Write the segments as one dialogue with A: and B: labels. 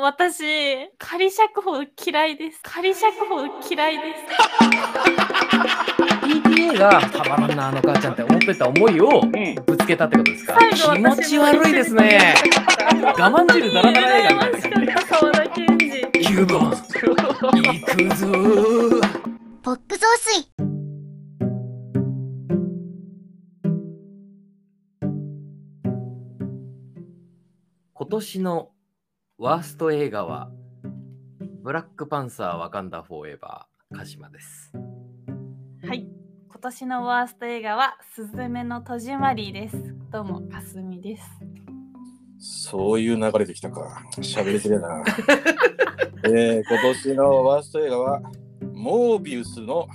A: 私、仮釈放嫌いです。仮釈放嫌いです。
B: PTA がたまらんなあの母ちゃんって思ってた思いを
C: うん。
B: ぶつけたってことですか
A: 最後
B: 気持ち悪いですね。我慢汁だらだら映画みた
A: 羨
B: いな
A: ましかった沢田研二。
B: 9番行くぞー
D: ポップ増水
B: 今年のワースト映画は、ブラックパンサーワカンダフォーエバー、鹿島です。
A: はい。今年のワースト映画は、すずめの戸締まりです。どうも、かすみです。
C: そういう流れできたか。喋りきれな。 えー、今年のワースト映画は、モービウスの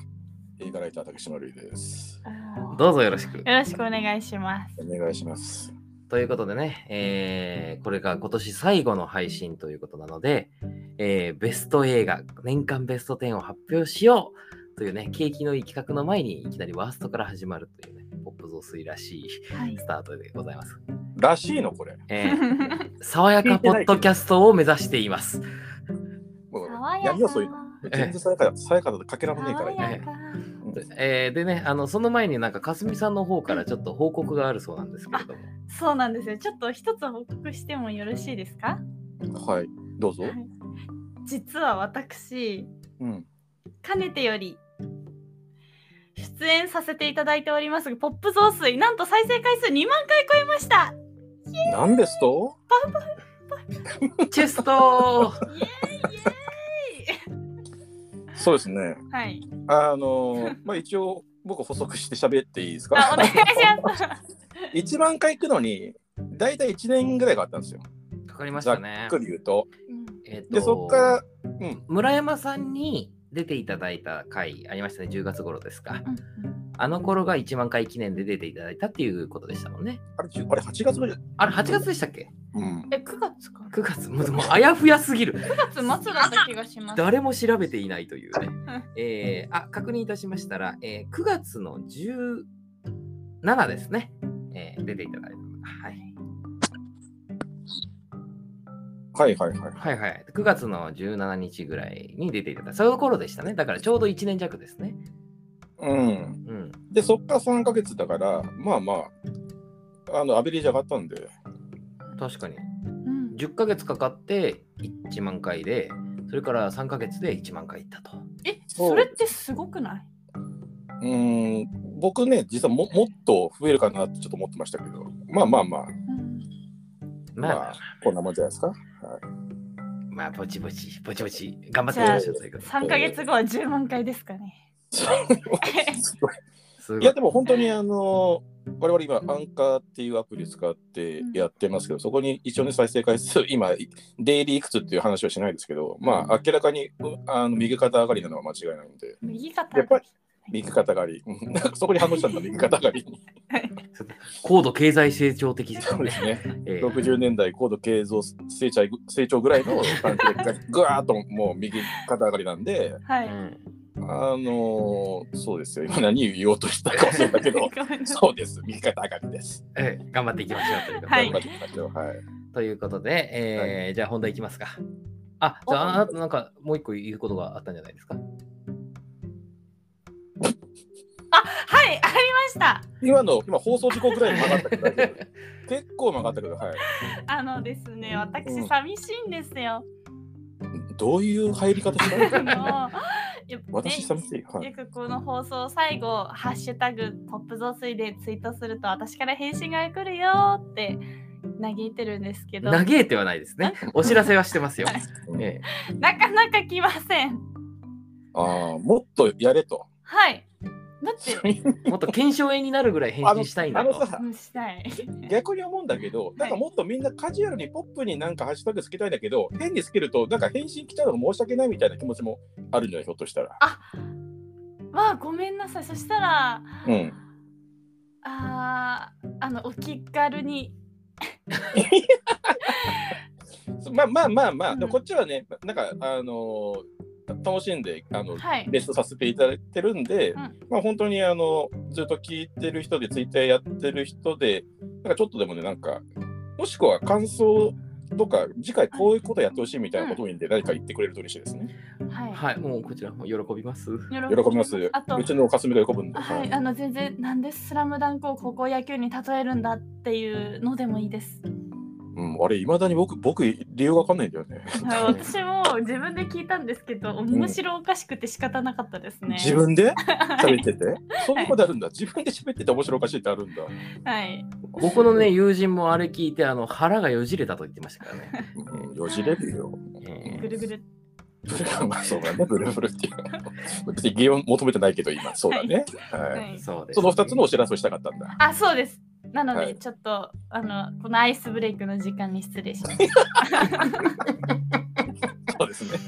C: 映画ライター、竹島るいです。
A: よ
B: どうぞよろしく。
A: ろしくお願いします。
C: お願いします。
B: ということでね、えーこれが今年最後の配信ということなので、えーベスト映画、年間ベスト10を発表しようというね、景気のいい企画の前にいきなりワーストから始まるというね、ポップ増水らしい
A: はい。
B: スタートでございます。
C: らしいの、これ。
B: え ー爽やかポッドキャストを目指しています。
C: もう
A: 爽や
C: や
A: か
C: めよう、そういうの。全然さやかだ、さやかだとかけられねえか
A: 爽
C: ら
A: や
C: 今。
A: か。
B: えーでね、あのその前になんか、かすみさんの方からちょっと報告があるそうなんですけれども、
A: そうなんですよ。ちょっと一つ報告してもよろしいですか
C: はい、どうぞ。
A: 実は私、
C: うん。
A: かねてより出演させていただいておりますポップ増水なんと再生回数2万回超えました
C: 何ですと
B: チェストー
C: そうですね。
A: はい
C: あのー、まあ一応、僕補足して喋っていいですか
A: あお願いします
C: 1万回行くのに、大体1年ぐらいがあったんですよ。
B: かかりまし
C: ざ
B: た
C: っ
B: ね。
C: くり言うと。
B: えっと
C: で、そこから、
B: 村山さんに出ていただいた回ありましたね、10月頃ですか。
A: うん
B: あの頃が1万回記念で出ていただいたっていうことでしたもんね。
C: あれ、じゅあれ8月ぐらい。
B: あれ、8月でしたっけ
C: うん。
A: え9月か
B: ?9 月、もうもうあやふやすぎる。
A: 9月末だった気がします
B: 誰も調べていないというね。えーあ、確認いたしましたら、えー9月の17ですね、えー出ていただいた。はい、
C: はいはいはい。
B: はいはい。9月の17日ぐらいに出ていただいた。その頃でしたね。だからちょうど1年弱ですね。
C: うん。
B: うん。
C: で、そっから3ヶ月だから、まあまあ、あの、アベレージ上がったんで、
B: 確かに。
A: うん
B: 10ヶ月かかって1万回で、それから3ヶ月で1万回いったと。
A: えそれってすごくな
C: うーん、僕ね、実はももっと増えるかなってちょっと思ってましたけど、まあまあまあ、
A: い、うん
B: まあ、まあ、
C: こんなもんじゃないですか。
B: まあ、ぼちぼち、ぼちぼち、頑張っていきましょうということで
A: 3ヶ月後は10万回ですかね
C: す ごい
B: すごい
C: いや、でも本当にあの、我々今、アンカーっていうアプリ使ってやってますけど、そこに一応ね、再生回数、今、デイリーいくつっていう話はしないですけど、まあ、明らかにうあの右肩上がりなのは間違いないんで、
A: 右肩
C: やっぱり右肩上がり、うんなんかそこに反応したんだ、右肩上がり に。
B: 高度経済成長的です
C: そうで
B: ね。
C: すね。
B: ええ
C: 60年代高度経済成長成長ぐらいの感じでぐわーっともう右肩上がりなんで
A: は
B: う
A: い、
B: ん
C: あのー、そうですよ今何言おうとしたか忘れた けどそうです右肩上がりです
B: ええ頑張っていきましょうということで。
A: はい
C: 頑張っていきましょうはい
B: ということで、ええじゃあ本題いきますか。あ、じゃあ、あなんかもう一個言うことがあったんじゃないですか。
A: はいありました
C: 今の今放送事故ぐらいに曲がったけど大丈夫結構曲がったけどはい
A: あのですね
C: う
A: 私
C: ん
A: 寂しいんですよ、
C: どういう入り方したの
A: あの やっぱね
C: 私寂しいはい
A: よくこの放送最後「ハッシュタグポップ増水」でツイートすると私から返信が来るよーって嘆いてるんですけど
B: 嘆いてはないですね。お知らせはしてますよ。
C: うん
B: ええ
A: なかなか来ません
C: ああもっとやれと
A: はいだって
B: もっと検証炎になるぐらい返
C: あ
B: 信
C: の
B: したいん
C: あ
B: だ
C: の
B: と。
C: さ
A: うんしたい
C: 逆に思うんだけど、なんかもっとみんなカジュアルにポップになんかハッシュタグつけたいんだけど、変につけると、なんか返信来たのが申し訳ないみたいな気持ちもあるんじゃない、ひょっとしたら。
A: わあごめんなさいそしたら
C: うん。
A: あーあのお気軽に
C: まあまあまあまあ、
A: うん
C: でもこっちはね、なんか、あのーた楽しんで、あの、
A: はい
C: レストさせていただいてるんで、
A: うん
C: まあ本当にあのずっと聞いてる人でツイッターやってる人でなんかちょっとでもねなんかもしくは感想どっか次回こういうことやってほしいみたいなことを言って何か言ってくれると嬉しいですね。
A: はい。
B: はい、もうこちらも喜びます。
C: 喜びます。う
A: あと、
C: ちのおかすみが喜ぶんで。
A: はい、あの全然なんでスラムダンクを高校野球に例えるんだっていうのでもいいです。
C: うん、あれ、いまだに僕、僕、理由がわかんないんだよね。
A: はい私も自分で聞いたんですけど、面白おかしくて仕方なかったですね。
C: 自分で
A: はい
C: 喋ってて、そんなことあるんだ。自分で喋ってて面白おかしいってあるんだ。
A: はい。
B: 僕のね、友人もあれ聞いて、あの、腹がよじれたと言ってましたからね。
C: うん、よじれるよ。
B: え
A: ぐるぐる。
C: ブルーまあそうだね、ブルーブルーっていう。別に疑問求めてないけど、今、そうだね。
A: は
C: はい
B: ー。そうです、
C: その2つのお知らせをしたかったんだ。
A: あ、そうです。なので、
C: はい
A: ちょっとあのこのアイスブレイクの時間に失礼します。
C: そうですね。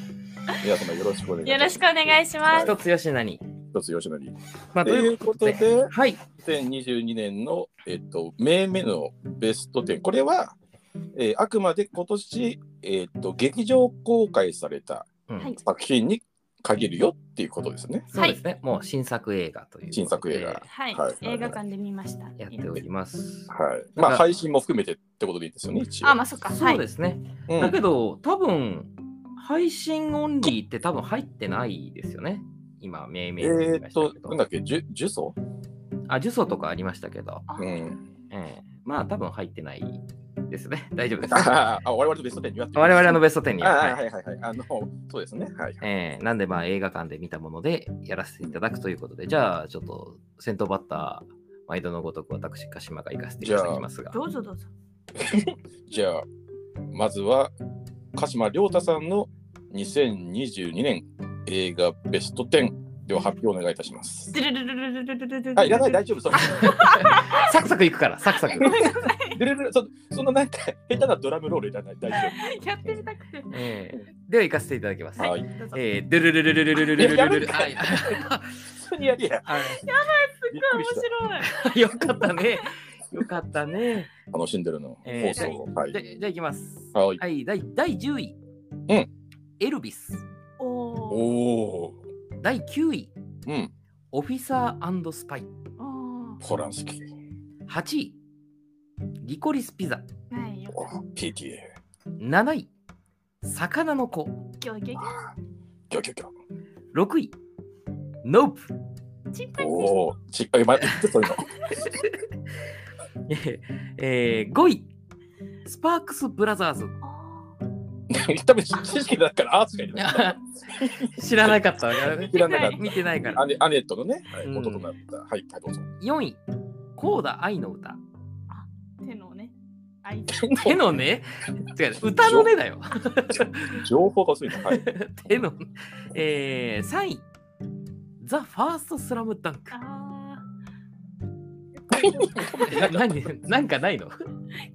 C: 皆様よろしくお願いし
A: よ
C: ます。
A: ろしくお願いします
B: 一つよしなに。
C: 一つよしなり。
B: まあ、
C: と
B: とい
C: いうう
B: こ
C: ことと
B: で。
C: で、
B: はい。
C: 2022年の、えっと、名目のベスト10。これは、えーあくまで今年、えっと、劇場公開された
B: うん
A: はい
C: 作品に限るよっていうことですね。
B: そうですね、もう新作映画ということで。
C: 新作映画
A: はい、
C: はい
A: 映画館で見ました。
B: やっております。
C: はい。ま
B: なん
C: あ、
B: か
C: 配信も含めてってことでいいですよね、一応。
A: あ、まあそっか。は
B: そう
A: い
B: で。すね。
C: うん
B: だけど、多分配信オンリーって多分入ってないですよね。今、命名
C: えーっと、なんだ
B: だ
C: っけ、ジュジュソ
B: あ、呪詛とかありましたけど、
C: うん。
B: ええまあ、多分入ってないですね。大丈夫 です。
C: あ、我々とベスト10にやって
B: 我々の
C: ベス
B: ベスト10
C: ト
B: に
C: 10。
B: は。
C: あ
B: は
C: あ、
B: い
C: はいはいはい。あの、そうですね。はい。
B: ええなんで、まあ、映画館で見たものでやらせていただくということで、じゃあ、ちょっと先頭バッター、毎度のごとく私、鹿島が行かせていただきますが。
A: どうぞどうぞ。
C: じゃあ、まずは、鹿島亮太さんの2022年映画ベスト10では発表お願いいたします。
A: ルルルルルルルルル
C: あ、いらない、大丈夫。その
B: サクサク行くから、サクサク。
C: でれれそそのなんか、下手なドラムロールいらない、大丈
A: やってみたくて。
B: ええでは行かせていただきます。
C: 夫。はい。
A: どうぞ
B: えー、ドゥルルルルルルルルルルルル。はい
C: 普通にやりや。
B: あ
C: びっく
A: 面
C: りした。
A: 白い。
B: よかったね。よかったね。
C: 楽しんでるの、
B: え
C: 放
B: ー
C: 送。はい。
B: じゃじゃあ行きます。
C: はい
B: はい、第第10位。
C: うん。
B: エルビス。
A: お
C: お
A: お
C: お。
B: 第9位。
C: うん。
B: オフィサースパイ。
A: ー。
C: ホランスキー。
B: 8位。リコリスピザ。
A: はいよ。
C: お PTA。
B: 7位。魚の子。
A: 今日激
C: キョキョキョ。
B: 6位。ノープ。
A: チンパンジー。
C: おお。ちっ、あ、ま、言ってそういうの。
B: えー、5位。スパークスブラザーズ。
A: あ
C: 多分知識だからアーツがいる。
B: 知らなかったからね。
C: 知らなかっ
B: 見てないから
C: た。アネアネットのね、はい
B: うん
C: 元となった。はい、はい、どうぞ。
B: 4位、コーダ愛の歌。
A: ー手のね。あい。
B: 手のね、違う歌のねだよ。
C: 情報が薄いな。はい。
B: 手の、えー、3位、ザ・ファーストスラムダンク。
A: あ
B: な何なんかないの
A: あ。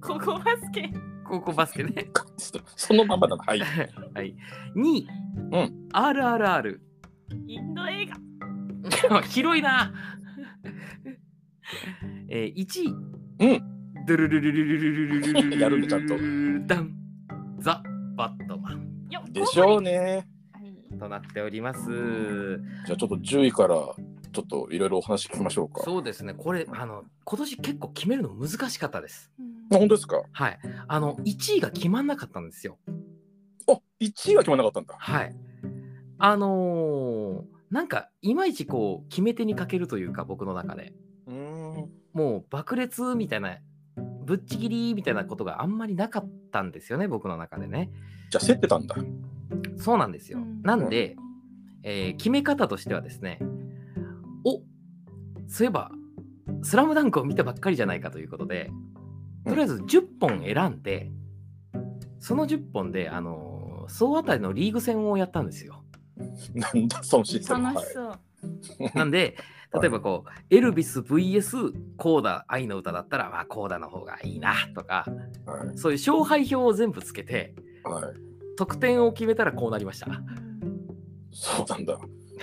A: ここバスケ。
B: 高校バスケね。
C: ちょっとそのまんまだな。はい。
B: はい、2位、
C: うん
B: RRR。
A: インド映画。
B: 広いな。えー、1位、、
C: うん
B: ドゥルルルルルルルルルルル
C: やるんだちゃんと
B: ダン、ザ・バットマン
A: よ
C: でしょう。ね。
A: はい
B: となっております。
C: じゃあちょっと10位からちょっといろいろお話聞きましょうか。
B: そうですね、これ、あの今年結構決めるの難しかったです。
A: うん
C: あ本当ですか
B: はい、あの1位が決まんなかったんですよ。
C: あ1位は決まらなかったんだ。
B: はい、あのーなんかいまいちこう決め手に欠けるというか、僕の中で
C: うーん。
B: もう爆裂みたいな、ぶっちぎりみたいなことがあんまりなかったんですよね、僕の中でね。
C: じゃあ競ってたんだ。
B: そうなんですよ。
A: うん
B: なんで、えー決め方としてはですね、おそういえば、スラムダンクを見たばっかりじゃないかということで、とりあえず10本選んで、その10本で、あのー総当たりのリーグ戦をやったんですよ。
C: なんだそのシステム。
A: 楽しそう。
B: なんで、
C: はい
B: 例えばこう、エルビス VS コーダ愛の歌だったら、まあ、コーダの方がいいなとか、
C: はい。
B: そういう勝敗表を全部つけて、
C: はい。はい、
B: 得点を決めたらこうなりました。
C: そうなんだ。
B: は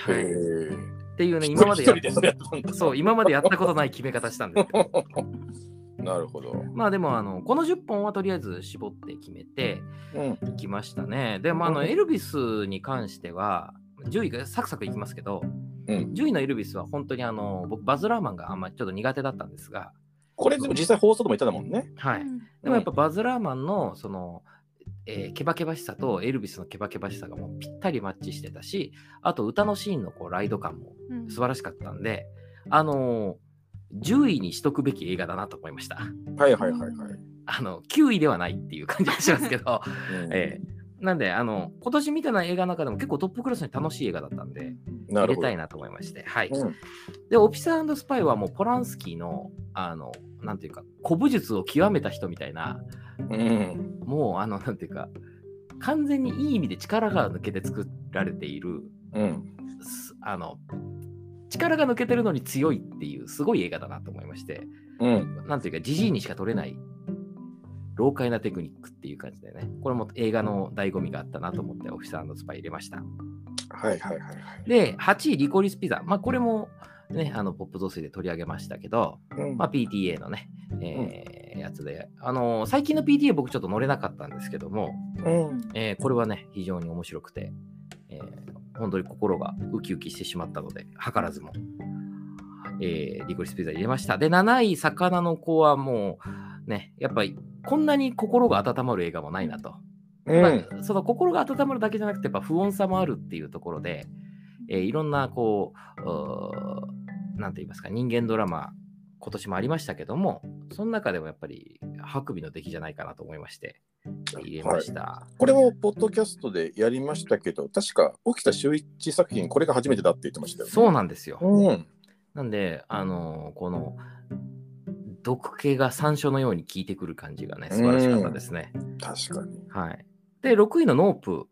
C: へ
B: い、っ
C: ー
B: ていうね、今まで
C: 一
B: や
C: 人でそれやってたんだ。
B: そう、今までやったことない決め方したん ですけど。
C: なるほど。
B: まあでも、あの、この10本はとりあえず絞って決めて
C: うん。
B: いきましたね。で、まあ、あの、
C: うん
B: エルビスに関しては、10位がサクサクいきますけど、
C: うん
B: 10位のエルビスは本当にあの、僕、バズラーマンがあんまりちょっと苦手だったんですが、
C: これでも実際放送でも言ってたもんね。
B: は
A: う
B: い。
A: ん
B: でもやっぱバズラーマンの、その、えーケバケバしさとエルビスのケバケバしさがもうぴったりマッチしてたし、あと歌のシーンのこうライド感も
A: うん
B: 素晴らしかったんで、あのー10位にしとくべき映画だなと思いました。
C: はいはいはいはい。
B: あの、9位ではないっていう感じがしますけ ど、
C: うん
B: えーなんで、あの、今年見てない映画の中でも結構トップクラスに楽しい映画だったんで、
C: な
B: 入れ
C: るほど
B: た。いなと思いまして、はい。
C: うん
B: で、オフィサースパイはもうポランスキーの、あの、なんていうか、古武術を極めた人みたいな、
C: うん。
B: もう、あの、なんていうか、完全にいい意味で力が抜けて作られている、
C: うん。
B: すあの、力が抜けてるのに強いっていう、すごい映画だなと思いまして、
C: うん。
B: なんていうか、じじいにしか取れない、老快なテクニックっていう感じでね、これも映画の醍醐味があったなと思って、オフィサースパイ入れました。
C: はいはいはいはい。
B: で、8位、リコリスピザ。まあ、これも、ね、あのポップ増水で取り上げましたけど、
C: うん
B: まあ、PTA のね、えーやつで、あのー最近の PTA 僕ちょっと乗れなかったんですけども、
C: うん。
B: えーこれはね、非常に面白くて、えー本当に心がウキウキしてしまったので、図らずも、えーリコリスピザ入れました。で、7位、魚の子はもう、ね、やっぱり、こんなに心が温まる映画もないなと。
C: う
B: やっ
C: ん。
B: ぱその心が温まるだけじゃなくてやっぱ不穏さもあるっていうところで、えーいろんなこううーなんて言いますか人間ドラマ今年もありましたけどもその中でもやっぱりハクビの出来じゃないかなと思いまして入れました、
C: これもポッドキャストでやりましたけど、確か沖田修一作品、これが初めてだって言ってましたよね。
B: そうなんですよ、
C: うん。
B: なんであのーこの毒気が山椒のように効いてくる感じがね素晴らしかったですね、
C: 確かに。
B: はいで6位のノープ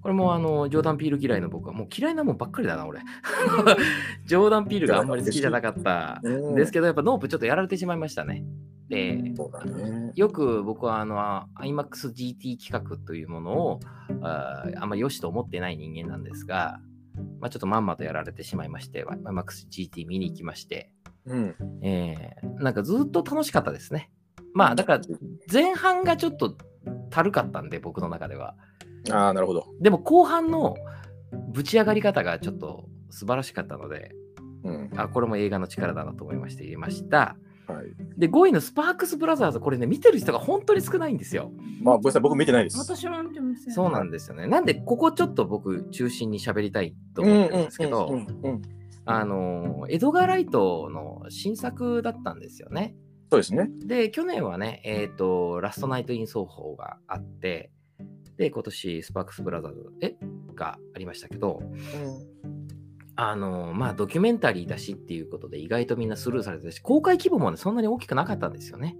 B: これもあのジョーダン・ピール嫌いの僕はもう嫌いなもんばっかりだな 俺ジョーダン・ピールがあんまり好きじゃなかった
C: うん
B: ですけどやっぱノープちょっとやられてしまいましたねで
C: そうだね。
B: よく僕はあの iMAXGT 企画というものをあーあんまり良しと思ってない人間なんですが、まあ、ちょっとまんまとやられてしまいまして iMAXGT 見に行きまして、
C: うん。
B: えーなんかずっと楽しかったですねまあだから前半がちょっとたるかったんで僕の中では
C: ああ、なるほど。
B: でも後半のぶち上がり方がちょっと素晴らしかったので
C: うん。
B: あこれも映画の力だなと思いまして入れました
C: はい。
B: で5位のスパークスブラザーズこれね見てる人が本当に少ないんですよ
C: まあ、ごめんなさい、僕見てないです。
A: 私も見てません。
B: そうなんですよねなんでここちょっと僕中心に喋りたいと思ってるんですけ
C: う
B: ど
C: んうんうんうん
B: あのエドガー・ライトの新作だったんですよね
C: そうですね。
B: で去年はねえっ、とラストナイト・イン奏法があってで今年スパークスブラザーズえがありましたけど、あのまあドキュメンタリーだしっていうことで意外とみんなスルーされてたし公開規模もねそんなに大きくなかったんですよね。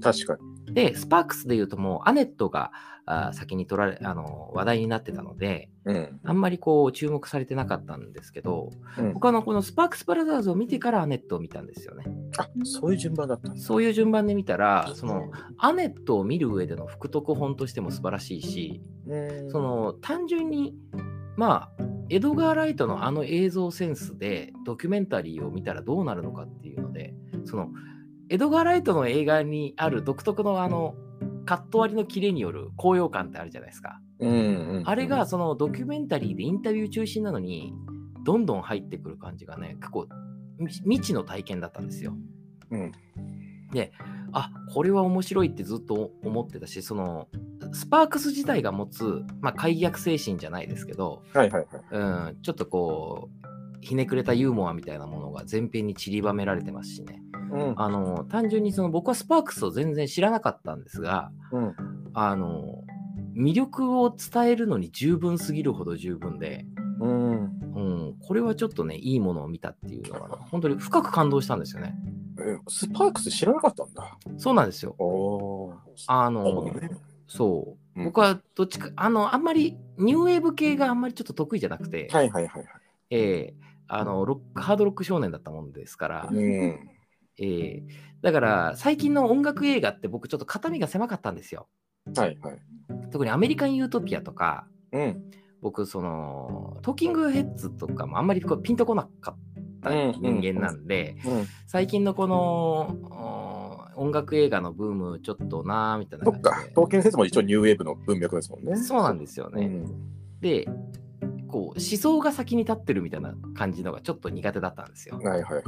C: 確か
B: でスパークスでいうともうアネットがあー先に取られあの話題になってたので
C: に。うん。
B: あんまりこう注目されてなかったんですけど
C: うん
B: 他のこのスパークスブラザーズを見てからアネットを見たんですよね。
C: あ、そういう順番だったんです。
B: そういう順番で見たらそのアネットを見る上での副読本としても素晴らしいし
C: うん
B: その単純にまあエドガー・ライトのあの映像センスでドキュメンタリーを見たらどうなるのかっていうのでそのエドガー・ライトの映画にある独特のあのカット割りのキレによる高揚感ってあるじゃないですか
C: うんうん
B: あれがそのドキュメンタリーでインタビュー中心なのにどんどん入ってくる感じがね結構み未知の体験だったんですよ
C: うん
B: あこれは面白いってずっと思ってたしそのスパークス自体が持つ、まあ、解約精神じゃないですけど、
C: はいはいは
B: う
C: い。
B: ん、ちょっとこうひねくれたユーモアみたいなものが前編に散りばめられてますしね
C: うん
B: あの単純にその僕はスパークスを全然知らなかったんですが
C: うん
B: あの魅力を伝えるのに十分すぎるほど十分で、
C: うん
B: うん、これはちょっとねいいものを見たっていうのが本当に深く感動したんですよね
C: えスパークス知らなかったんだ。
B: そうなんですよ
C: おお。
B: あ
C: あ
B: のそう、
C: うん
B: 僕はどっちかあのあんまりニューウェーブ系があんまりちょっと得意じゃなくて、
C: はいはいはい
B: えーあのロックハードロック少年だったもんですから
C: はい。、うん。
B: えーだから最近の音楽映画って僕ちょっと肩身が狭かったんですよ
C: はいはい。
B: 特にアメリカン・ユートピアとか
C: うん。
B: 僕そのトーキングヘッズとかもあんまりこうピンとこなかった人間なんで、
C: うん。
B: 最近のこのお音楽映画のブームちょっとなーみたいな
C: そっ
B: 感
C: か
B: じ。
C: 刀剣説も一応ニューウェーブの文脈ですもんね。
B: でそうなんですよね、
C: うん
B: でこう思想が先に立ってるみたいな感じのがちょっと苦手だったんですよ。
C: はいはいはいはい。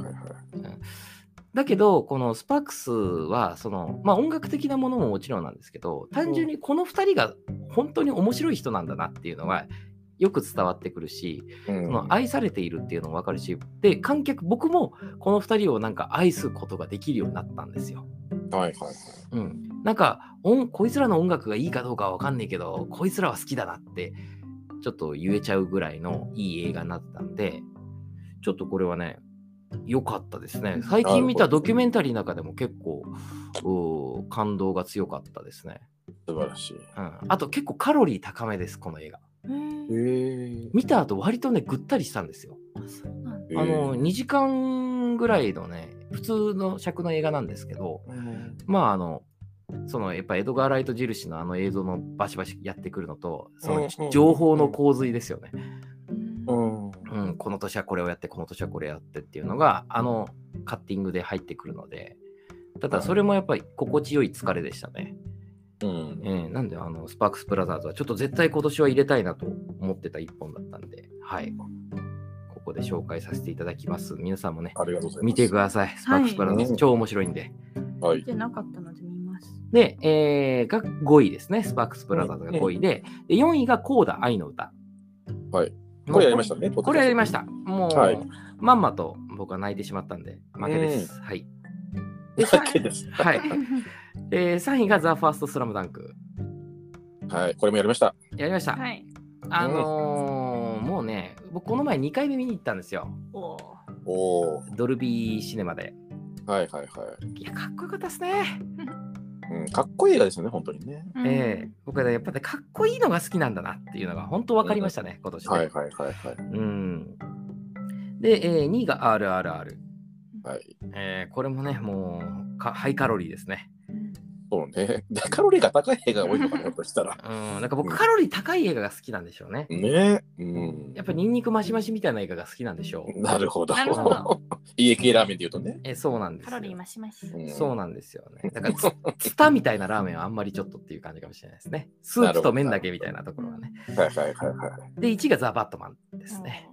B: だけど、このスパークスは、その、まあ音楽的なものももちろんなんですけど、単純にこの2人が本当に面白い人なんだなっていうのは、よく伝わってくるし、
C: うん
B: その愛されているっていうのも分かるし、で、観客、僕もこの2人をなんか愛すことができるようになったんですよ。
C: はいはい。
B: うん、なんか音こいつらの音楽がいいかどうかは分かんないけどこいつらは好きだなってちょっと言えちゃうぐらいのいい映画になったんでちょっとこれはね良かったですね最近見たドキュメンタリーの中でも結構うー感動が強かったですね、
C: 素晴らしい。
B: うん、あと結構カロリー高めですこの映画
A: うん
C: へ
B: 見た後割とねぐったりしたんですよ
A: あそうなんだ
C: え。
B: あの2時間ぐらいのね普通の尺の映画なんですけど、まああのそのやっぱエドガー・ライト印のあの映像のバシバシやってくるのとそ
C: うんう
B: の
C: んうん
B: 情報の洪水ですよね、
A: うん
C: うん。
B: うん、この年はこれをやってこの年はこれやってっていうのがあのカッティングで入ってくるのでただそれもやっぱり心地よい疲れでしたね、
C: うん。
B: ええなんであのスパークス・ブラザーズはちょっと絶対今年は入れたいなと思ってた一本だったんではいここで紹介させていただきます皆さんもね
C: ありがとうございます。
B: 見てくださいスパークス・ブラザーズ、
C: はい
B: 超面白いんで
C: は
A: 見
C: い。
A: てなかったので見 ます。
B: で、えーが5位ですね、スパークスブラザーズが5位で、で4位がコーダ愛の歌。
C: はい
B: もう。
C: これやりましたね。。
B: これやりましたた。もう、
C: はい
B: まんまと僕は泣いてしまったんで、負けです。はい。で、
C: だけ
B: 3
C: です。
B: 位はいえー、3位がザ・ファースト・スラムダンク。
C: はい。これもやりました。
B: やりました。
A: はい。
B: あのーもうね、僕この前2回目見に行ったんですよ。
A: おー
C: おお。
B: ドルビーシネマで。
C: はいはいはい。
B: いや、かっこよかったですね。
C: うん、かっこいい映画ですよね、本当にね。
A: うん
B: えー僕はね、やっぱね、かっこいいのが好きなんだなっていうのが本当分かりましたね、今年で。
C: はいはいはいはい。
B: うん。で、えー2位が RRR。
C: はい。
B: えーこれもね、もうかハイカロリーですね。
C: そうね。 でカロリーが高い映画が多いのかな、やっぱしたら。
B: うん、なんか僕、
C: うん
B: カロリー高い映画が好きなんでしょうね。
C: ねえ。うん
B: や。っぱニンニクマシマシみたいな映画が好きなんでしょう。
C: なるほど。
A: なるほど
C: 家系ラーメンで言うとね。
B: えそうなんです
A: カロリー
B: よ。
A: 増します。
C: うん
B: そうなんですよ ね。だからツ、ツタみたいなラーメンはあんまりちょっとっていう感じかもしれないですね。スープと麺だけみたいなところがね。
C: はいはいはいはい。
B: で、1位がザ・バットマンですね。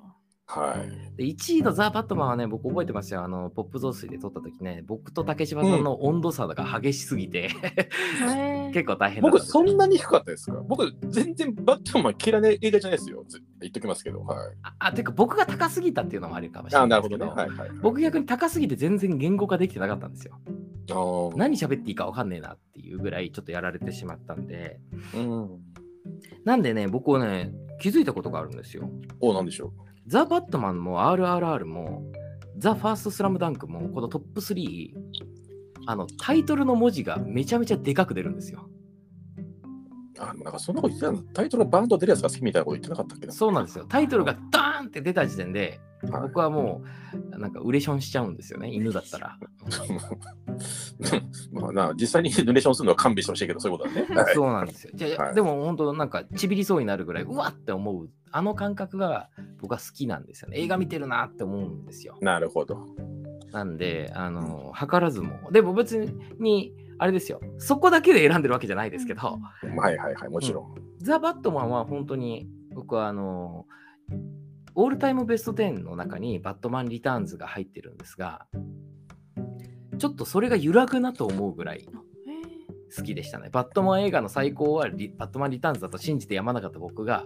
C: はい。
B: で1位のザ・バットマンはね、僕覚えてますよ。あの、ポップ増水で撮った時ね、僕と竹島さんの温度差が激しすぎて、
A: へー
B: 結構大変だった
C: 僕、
B: です
C: そんなに低かったですか僕、全然バットマン嫌いな映画じゃないですよ。ず言っときますけど。はい。
B: ああ、てか僕が高すぎたっていうのもあるかもしれ
C: あ、
B: な
C: ないる
B: で
C: ほ
B: すけ
C: どね。
B: ど、
C: はいはい。
B: 僕逆に高すぎて全然言語化できてなかったんですよ。
C: あー
B: 何喋っていいか分かんねえなっていうぐらいちょっとやられてしまったんで、
C: うん。
B: なんでね、僕はね、気づいたことがあるんですよ。
C: お、なんでしょ
B: ザ・バットマンも RRR も、ザ・ファースト・スラムダンクも、このトップ3、あの、タイトルの文字がめちゃめちゃでかく出るんですよ。
C: う。あ、なんかそんなこと言ってたのタイトルのバンド出るやつが好きみたいなこと言ってなかったっけな。
B: そうなんですよ。タイトルがダーンって出た時点で、
C: はい
B: 僕はもう、なんか、ウレションしちゃうんですよね、犬だったら。
C: まあな、実際にヌレーションするのは勘弁してほしいけど、そういうことだね。は い
B: そうなんですよ。じゃあ
C: はい
B: でも本当なんかちびりそうになるぐらいうわって思うあの感覚が僕は好きなんですよね。映画見てるなって思うんですよ。
C: なるほど。
B: なんであの図らずもでも別にあれですよそこだけで選んでるわけじゃないですけど、
C: はいはいはい、もちろん。
B: ザ・バットマンは本当に僕はあのオールタイムベスト10の中にバットマン・リターンズが入ってるんですがちょっとそれが揺らぐなと思うぐらい好きでしたね。バットマン映画の最高はリバットマンリターンズだと信じてやまなかった僕が、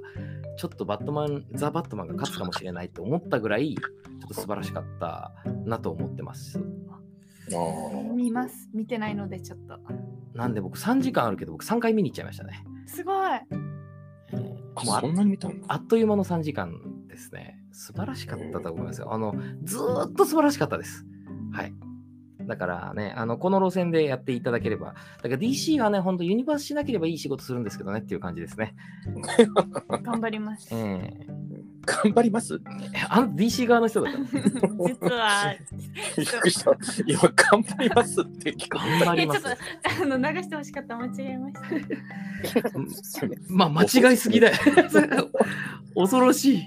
B: ちょっとバットマン、ザ・バットマンが勝つかもしれないと思ったぐらい、ちょっと素晴らしかったなと思ってます。
C: あ
A: 見ます。見てないのでちょっと。
B: なんで僕3時間あるけど、僕3回見に行っちゃいましたね。
A: すごい。
B: えー
C: あ
B: もうあ
C: そんなに見たんだ。
B: あっという間の3時間ですね。素晴らしかったと思いますよ。あの、ずーっと素晴らしかったです。はい。だからね、あの、この路線でやっていただければ。だから DC はね、ほんとユニバースしなければいい仕事するんですけどねっていう感じですね。
A: 頑張ります。
B: え
A: 実
B: ー
C: 頑張ります
B: あの DC 側の人だったの。
A: は、
C: びっくりした。今、頑張りますって聞こ
B: 頑張り
A: えち
B: ま
A: ょっ
B: す
A: と。あの流してほしかった間違え ました。
B: まあ、間違いすぎだよ。恐ろしい。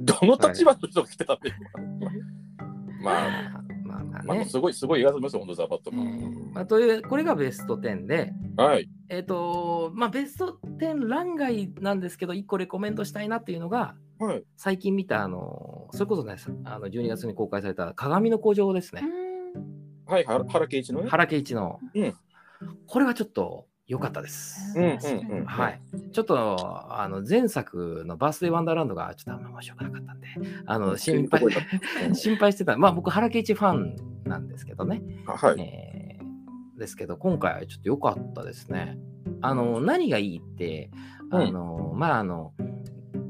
C: どの立場の人が来 てたんだよ今まあ、
B: まあまあ
C: まあ、
B: ね。
C: すごい、すごい言わせますよ、本当ザ・バット
B: え
C: マ
B: ー
C: ン。
B: まあ、というこれがベスト10で、
C: はい。
B: えっ、と、まあ、ベスト10欄外なんですけど、1個レコメントしたいなっていうのが、
C: はい。
B: 最近見た、あの、それこそね、あの12月に公開された鏡の工場ですね。
A: う
C: はい、は原敬一のね。
B: 原敬一の、
C: うん
B: これはちょっと良かったです。
C: うんうんうん
A: 確か
B: はい、ちょっとあの前作の「バースデー・ワンダーランド」がちょっとあんま面白くなかったんであの心配心配してたまあ僕原敬一ファンなんですけどね、
C: あはい。
B: えーですけど今回はちょっと良かったですね。あの何がいいってあの、まああの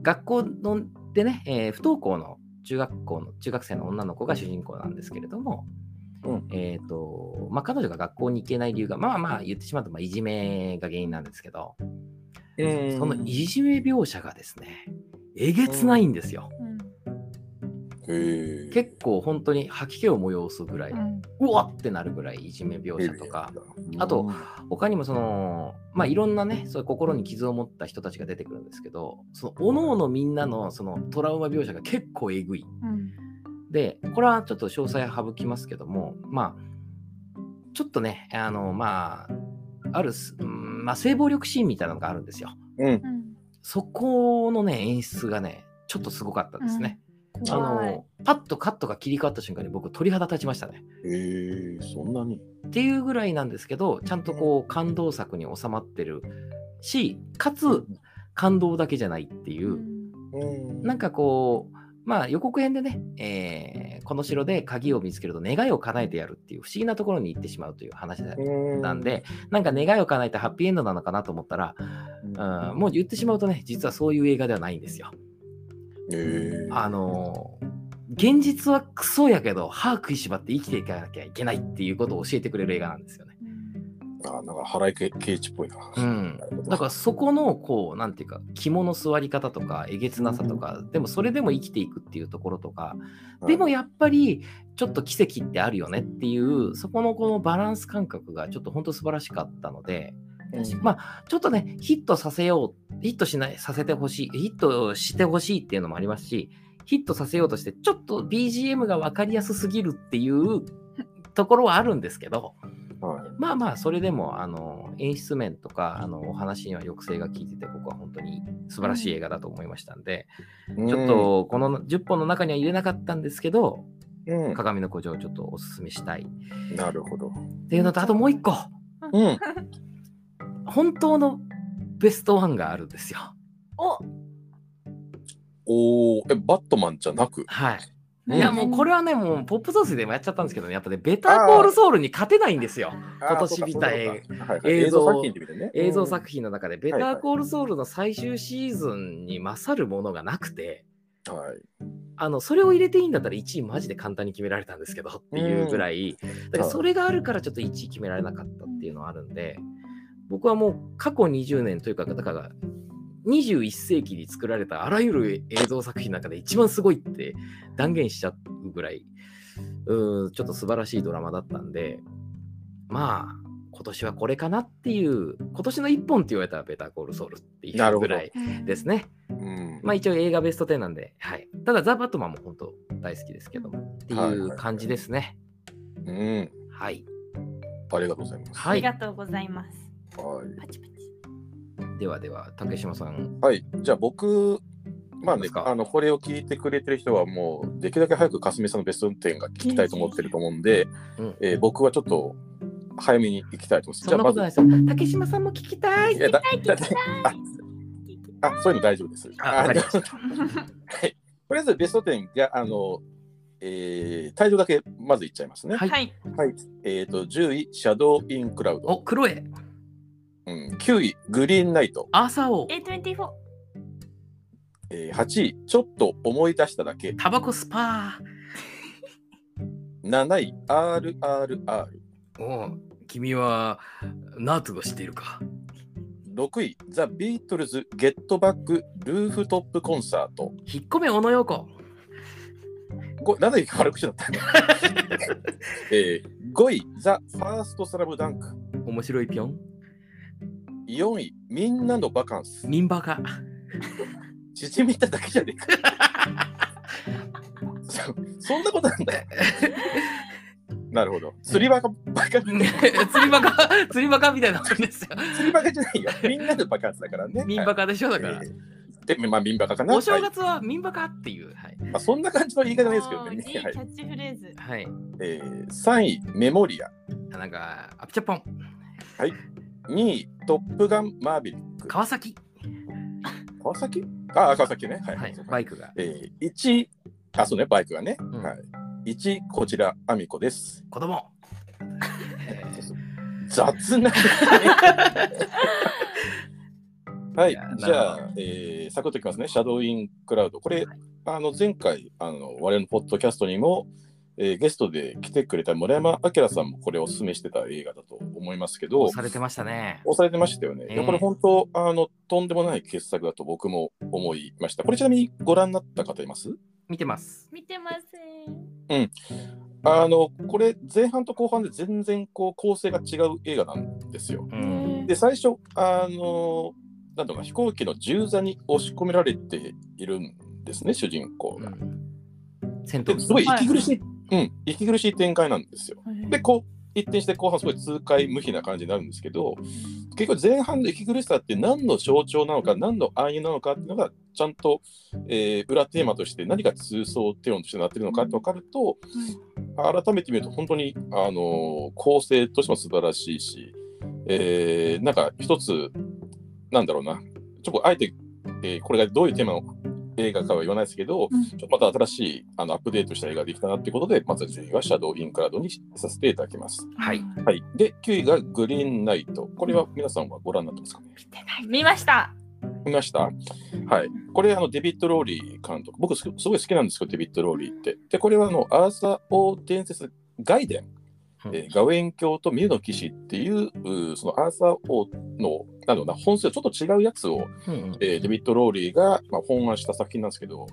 B: 学校のでね、えー不登校の中学校の中学生の女の子が主人公なんですけれども、
C: うん
B: えっ、とまあ彼女が学校に行けない理由がまあまあ言ってしまうとまあいじめが原因なんですけど、
C: うん
B: そのいじめ描写がですねえげつないんですよ。
A: うん
C: へえ
B: 結構本当に吐き気を催すぐらい、う
A: うん
B: わってなるぐらいいじめ描写とか。
C: うん
B: あと、他にもその、まあ、いろんなねそういう心に傷を持った人たちが出てくるんですけどそのおのおのみんなのそのトラウマ描写が結構えぐい
A: うん
B: でこれはちょっと詳細は省きますけどもまあちょっとねあのまああるす、うんまあ、性暴力シーンみたいなのがあるんですよ
C: うん。
A: うん
B: そこのね演出がねちょっとすごかったですね、あ
A: 怖い
B: のパッとカットが切り替わった瞬間に僕鳥肌立ちましたね
C: へえそんなに。
B: っていうぐらいなんですけどちゃんとこう感動作に収まってるしかつ感動だけじゃないっていううん
C: うん
B: なんかこうまあ予告編でね、えーこの城で鍵を見つけると願いを叶えてやるっていう不思議なところに行ってしまうという話だなんでなんか願いを叶えてハッピーエンドなのかなと思ったら、うん、もう言ってしまうとね実はそういう映画ではないんですよ。
C: へえ
B: あのー現実はクソやけど歯食いしばって生きていかなきゃいけないっていうことを教えてくれる映画なんですよね。
C: あなんか原井圭一っぽいな。
B: うん
C: なるほど
B: だからそこのこうなんていうか肝の座り方とかえげつなさとか、でもそれでも生きていくっていうところとか、でもやっぱりちょっと奇跡ってあるよねっていうそこのこのバランス感覚がちょっと本当素晴らしかったので
C: うん
B: まあちょっとねヒットさせようヒットしないさせてほしいヒットしてほしいっていうのもありますしヒットさせようとしてちょっと BGM が分かりやすすぎるっていうところはあるんですけど、
C: はい
B: まあまあ、それでも、あの、演出面とか、あの、お話には抑制が効いてて、僕は本当に素晴らしい映画だと思いましたんで、ちょっ、と、この10本の中には入れなかったんですけど、
C: うんうん
B: 鏡の古城をちょっとおすすめしたい。っ
C: なるほど。
B: ていうのと、あともう一個、
C: うん。
B: 本当のベストワンがあるんですよ。
A: お
C: おお、え、バットマンじゃなく。
B: はい。
C: うん
B: いや、もうこれはね、もうポップソースでもやっちゃったんですけどね、やっぱね、ベターコールソウルに勝てないんですよ。今年見た映画
C: あーそうかそうかはいはい
B: 映像
C: 映像作品で見てね。
B: 映像作
C: 品。
B: 品の中で、ベターコールソウルの最終シーズンに勝るものがなくて、
C: はい。
B: あのそれを入れていいんだったら1位マジで簡単に決められたんですけどっていうぐらい、だからそれがあるからちょっと1位決められなかったっていうのはあるんで僕はもう過去20年というかだから21世紀に作られたあらゆる映像作品の中で一番すごいって断言しちゃうぐらいうーんちょっと素晴らしいドラマだったんでまあ今年はこれかなっていう今年の1本って言われたらベターコールソウルってい
C: なる
B: う
C: ほ
B: ぐ
C: ど
B: らいですね。
C: うん。
B: まあ一応映画ベスト10なんで、はい、ただザ・バットマンも本当大好きですけどもって
C: はい
B: い
C: はいは
B: う
C: い
B: 感じですね。
C: うん。
B: はい、
C: ありがとうございます。
A: あ
B: は
A: り
B: い
A: がとうございます。
C: はい。
A: パチパチ。
B: ではでは竹島さん、
C: はい、じゃあ僕、まあ
B: どうで
C: ね
B: す、か
C: あのこれを聞いてくれてる人は、もうできるだけ早くかすみさんのベスト運転が聞きたいと思ってると思うんで、
B: うん
C: えー僕はちょっと早めに行きたいと思います。
B: そんなことない
C: ま
B: ですよ。竹島さんも聞きたい
C: い。やだだだあ
A: 聞きたい
C: あそういうの大丈夫です。
B: あわかりました
C: あのとりあえずベスト10が、あの、えー、体重だけまずいっちゃいますね。
B: はい
A: はい。
C: はい。えっ、と、10位、シャドウ・イン・クラウド。
B: おクロエ、
C: うん、9位、グリーン・ナイト。
B: アーサー王、
A: A24。
C: えー、8位、ちょっと思い出しただけ。
B: タバコスパ
C: 7位、RRR。
B: ー。おう君はナートを知っているか
C: 6位、ザ・ビートルズ・ゲットバック・ルーフトップ・コンサート。
B: 引っ込め小野陽子。
C: ごなんで悪口だったの、 えー、?5 位、ザ・ファースト・スラムダンク。
B: 面白いぴょん。
C: 4位、みんなのバカンス。
B: ミンバー か。
C: 縮みただけじゃねえか。 そそんなことなんだよ。なるほど。釣りバカ、バカ、
B: 釣りバカ、釣りバカみたいなもんですよ。
C: 釣りバカじゃないよ。みんなのバカンスだからね。
B: ミンバカでしょだから
C: え。ーで、まあ、みんバカかな。
B: お正月はミンバカっていう。はい。
C: まあ、そんな感じの言い方ないですけど
A: おーいい
C: ね
A: キ。
C: はい
A: ャッチフレーズ。
B: はい。
C: えー、3位、メモリア。
B: あなんか、アピチャポン、
C: 2位、トップガンマーヴェリック。
B: 川崎、
C: 川崎ああ、川崎ね。はい。
B: はい、バイクが、
C: えー、1位、あ、そうね、バイクがね。
B: ん
C: はい、1位、こちら、アミコです。
B: 子供。えー
C: 雑な。はい
B: いや、
C: じ
B: な
C: ゃ
B: る
C: あ、えー、サクッといきますね。シャドウインクラウド。これ、あの前回、あの我々のポッドキャストにも、えーゲストで来てくれた村山明さんもこれをお勧めしてた映画だと思いますけど、
B: 押されてましたね。
C: 押されてましたよね。で
B: ええ
C: これ本当あの、とんでもない傑作だと僕も思いました。これちなみにご覧になった方います
B: 見てます。
A: 見てません。
C: あのこれ前半と後半で全然こう構成が違う映画なんですよ。
B: うん。
C: で最初あのなんとか飛行機の銃座に押し込められているんですね主人公が。
B: 銭湯
C: ですごい息苦しい、うん、息苦しい展開なんですよ。でこう一転して後半すごい痛快無比な感じになるんですけど結局前半の息苦しさって何の象徴なのか何の暗喩なのかっていうのがちゃんと、えー裏テーマとして何が通奏低音としてなってるのかって分かると、改めて見ると本当に、あのー構成としても素晴らしいし、えーなんか一つなんだろうなちょっとあえて、えーこれがどういうテーマの映画かは言わないですけど、
A: うん
C: ちょっとまた新しいあのアップデートした映画ができたなってことでまず順位は「シャドウ・イン・クラウド」にさせていただきます。
B: はい
C: はい、で9位が「グリーンナイト」これは皆さんはご覧になってますかね
A: 見てない。見ました。
C: 見ましたはい。これ、あの、デビッド・ローリー監督。僕す、すごい好きなんですよ、デビッド・ローリーって。で、これは、あの、アーサー王伝説外伝、
B: うん
C: えーガウェン教とミューの騎士っていう、うーそのアーサー王の、なんだろうな、本数ちょっと違うやつを、
B: うん
C: えーデビッド・ローリーが、まあ、本案した作品なんですけど、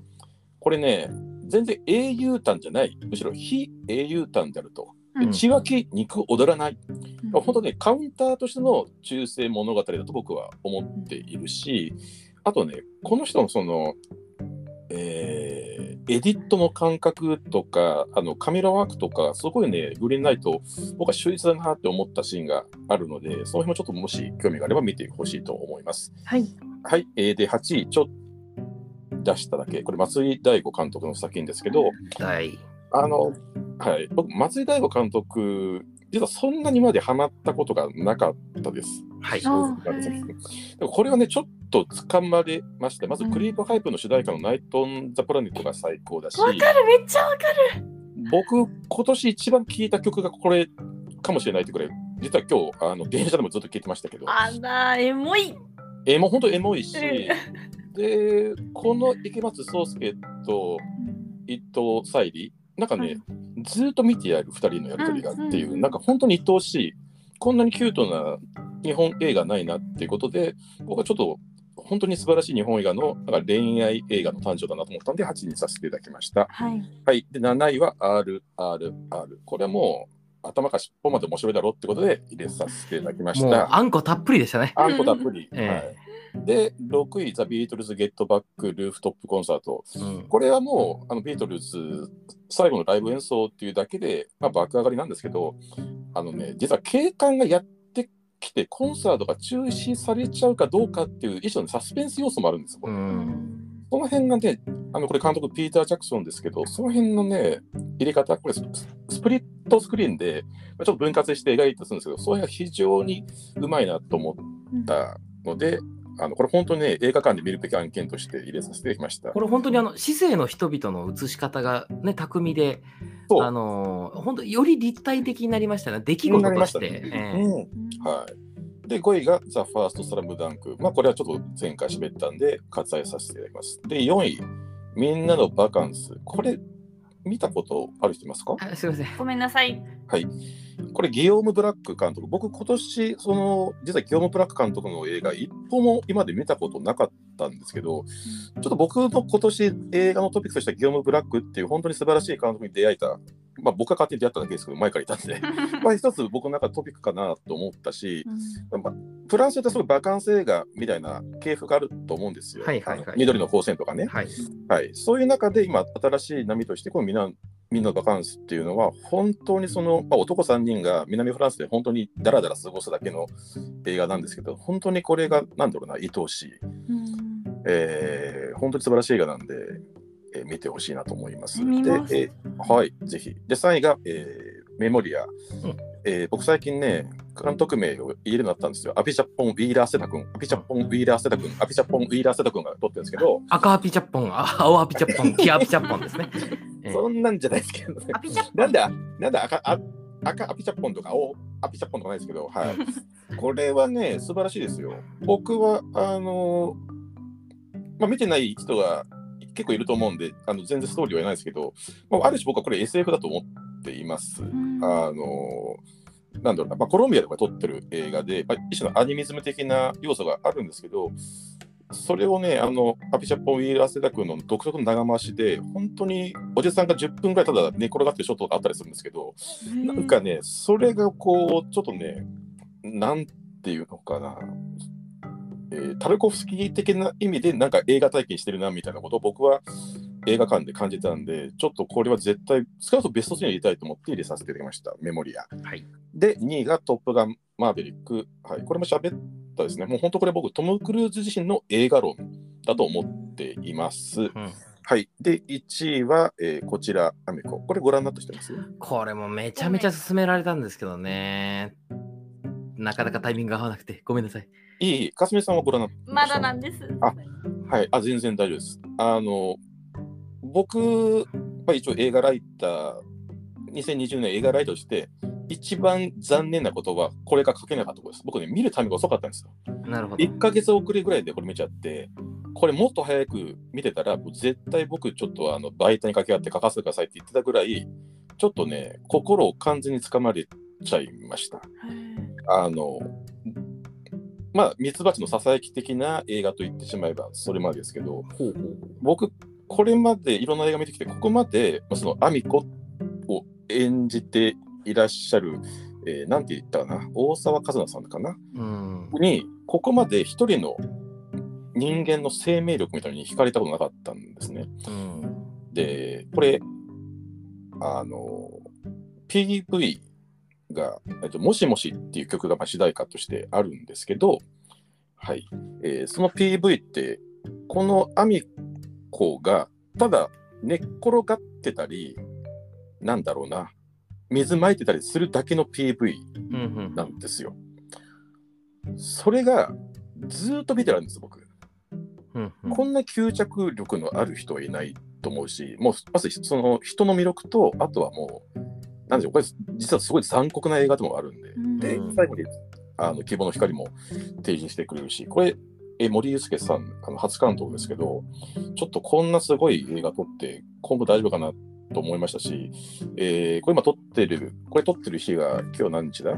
C: これね、全然英雄譚じゃない、むしろ非英雄譚であると。で
B: うん
C: 血湧き肉踊らない、
A: うん
C: 本当ね、カウンターとしての中世物語だと僕は思っているし、あとね、この人のその、えーエディットの感覚とか、あのカメラワークとか、すごいね、グリーンライト、僕は秀逸だなって思ったシーンがあるので、その辺もちょっともし興味があれば見てほしいと思います。
A: はい。
C: はい、えーで、8位、ちょっと出しただけ、これ、松井大吾監督の作品ですけど、
B: はい。
C: あの、はい、僕、松井大吾監督、実はそんなにまでハマったことがなかったです。
B: はい。
A: あ
C: でもこれはね、ちょっとつかまれまして、まずクリープハイプの主題歌のナイト・オン・ザ・プラネットが最高だし、
A: わかる、めっちゃわかる。
C: 僕、今年一番聴いた曲がこれかもしれないってくらい、実は今日、あの電車でもずっと聴いてましたけど、
A: あら、エモい。
C: えもう本当エモいし
A: う、
C: で、この池松壮亮と伊藤沙莉、なんかね、ずーっと見てやる2人のやりとりがっていう、
A: うんうん
C: なんか本当に愛おしいこんなにキュートな日本映画ないなっていうことで僕はちょっと本当に素晴らしい日本映画のなんか恋愛映画の誕生だなと思ったんで8位にさせていただきました。
A: はい。
C: はい、で7位は RRR。これはもう頭から尻尾まで面白いだろうってことで入れさせていただきまし
B: もう、
C: た。
B: あんこたっぷりでしたね。
C: あんこたっぷり。
B: うん
C: はいで6位、ザ・ビートルズ・ゲット・バック・ルーフトップ・コンサート。
B: うん。
C: これはもうあのビートルズ最後のライブ演奏っていうだけで、まあ、爆上がりなんですけどあのね実は警官がやってきてコンサートが中止されちゃうかどうかっていう一種のサスペンス要素もあるんですよ。こ
B: う
C: れ
B: ん。
C: その辺がねあのこれ監督ピーター・ジャクソンですけどその辺のね入れ方これススプリットスクリーンでまあちょっと分割して描いたりするんですけどその辺が非常にうまいなと思ったので。あのこれ本当にね映画館で見るべき案件として入れさせていただきました
B: こ。れ本当にあの、市政の人々の映し方がね、巧みで、
C: そう
B: あのー、本当より立体的になりましたね。出来事として。
C: なりました
B: ええ
C: うんはい。で、5位がザ・ファースト・スラムダンク。まあ、これはちょっと前回喋ったんで、割愛させていただきます。で、4位、みんなのバカンス。これ、見たことある人いますか
B: あすいません。
A: ごめんなさい。
C: これ、ギヨーム・ブラック監督。僕、今年、その、実はギヨーム・ブラック監督の映画、一本も今まで見たことなかったんですけど、ちょっと僕の今年映画のトピックとしては、ギヨーム・ブラックっていう本当に素晴らしい監督に出会えた、まあ、僕が勝手に出会っただけですけど、前からいたんで、 まあ、一つ僕の中でトピックかなと思ったし、まあ、フランスってすごいバカンス映画みたいな系譜があると思うんですよ。
B: はいはいはい
C: あの緑の光線とかね、
B: はい。
C: はい。そういう中で今、新しい波として、このみんな、みんなのバカンスっていうのは、本当にその、まあ、男3人が南フランスで本当にダラダラ過ごすだけの映画なんですけど、本当にこれが、なんだろうな、愛おしい、えー本当に素晴らしい映画なんで、えー見てほしいなと思います。
A: 見ます
C: で、えはい、ぜひ。で、3位が、えーメモリア。
B: ん
C: えー僕最近ね、監督名を言えるようになったんですよ。アピチャポン・ウィーラー・セタ君、アピチャポン・ウィーラー・セタ君、アピチャポン・ウィーラー・セタ君が撮ってるんですけど、
B: 赤アピチャッポン、あ青アピチャッポン、黄アピチャッポンですね。ええ
C: そんなんじゃないですけどね。
A: アピチャッ
C: なんだ、なんだ赤、あ赤アピチャポンとか青アピチャポンとかないですけど、はい。これはね、素晴らしいですよ。僕は、あのまあ、見てない人が結構いると思うんで、あの全然ストーリーは言えないですけど、まあ、ある種僕はこれ SF だと思っています。あのなんだろうな、まあ、コロンビアとかで撮ってる映画で、まあ、一種のアニミズム的な要素があるんですけど、それをね、あの、アピチャポン・ウィーラー・セダ君の独特の長回しで、本当におじさんが10分ぐらいただ寝転がってるショットがあったりするんですけど、なんかね、それがこう、ちょっとね、なんていうのかな、えータルコフスキー的な意味で、なんか映画体験してるなみたいなことを僕は映画館で感じたんで、ちょっとこれは絶対、少なくともベスト3に入れたいと思って入れさせていただきました、メモリア。
B: はい。
C: で、2位がトップガンマーベリック。はい、これも喋ったですね。もう本当これ僕、トム・クルーズ自身の映画論だと思っています。
B: うん
C: はい。で、1位は、えーこちら、アメコ。これご覧になってしてます
B: これもめちゃめちゃ勧められたんですけどね。なかなかタイミングが合わなくて、ごめんなさい。
C: いいいい、かすみさんはご覧になって
A: まだな
C: な
A: んです。
C: あはい。あ、全然大丈夫です。あの、僕、まあ、一応映画ライター、2020年映画ライターとして、一番残念なことは、これが書けなかったことです。僕ね、見るタイミングが遅かったんですよ。
B: なるほど。
C: 1ヶ月遅れぐらいでこれ見ちゃって、これもっと早く見てたら、もう絶対僕ちょっとあの媒体に掛け合って書かせてくださいって言ってたぐらい、ちょっとね、心を完全につかまれちゃいました。あの、まあ、ミツバチのささやき的な映画と言ってしまえばそれまでですけど、僕、これまでいろんな映画見てきて、ここまで、まあそのアミコを演じていらっしゃる、えーなんて言ったかな、大沢和奈さんかな。
B: うん。
C: にここまで一人の人間の生命力みたいに惹かれたことなかったんですね。
B: うん。
C: でこれあの PV が、えっと「もしもし」っていう曲がまあ主題歌としてあるんですけど、はいえーその PV ってこのアミコがただ寝っ転がってたりなんだろうな水まいてたりするだけの PV
B: うんうん
C: なんですよ。それがずーっと見てるんです、僕。
B: うんうん
C: こんな吸着力のある人はいないと思うし、もうまずその人の魅力と、あとはもう、なんでしょう、これ実はすごい残酷な映画でもあるんで、で
B: うん
C: 最後にあの希望の光も提示してくれるし、これ、え森祐介さん、あの初監督ですけど、ちょっとこんなすごい映画撮って、今後大丈夫かなと思いましたし、えーこれ今撮ってる、これ撮ってる日が今日何日だ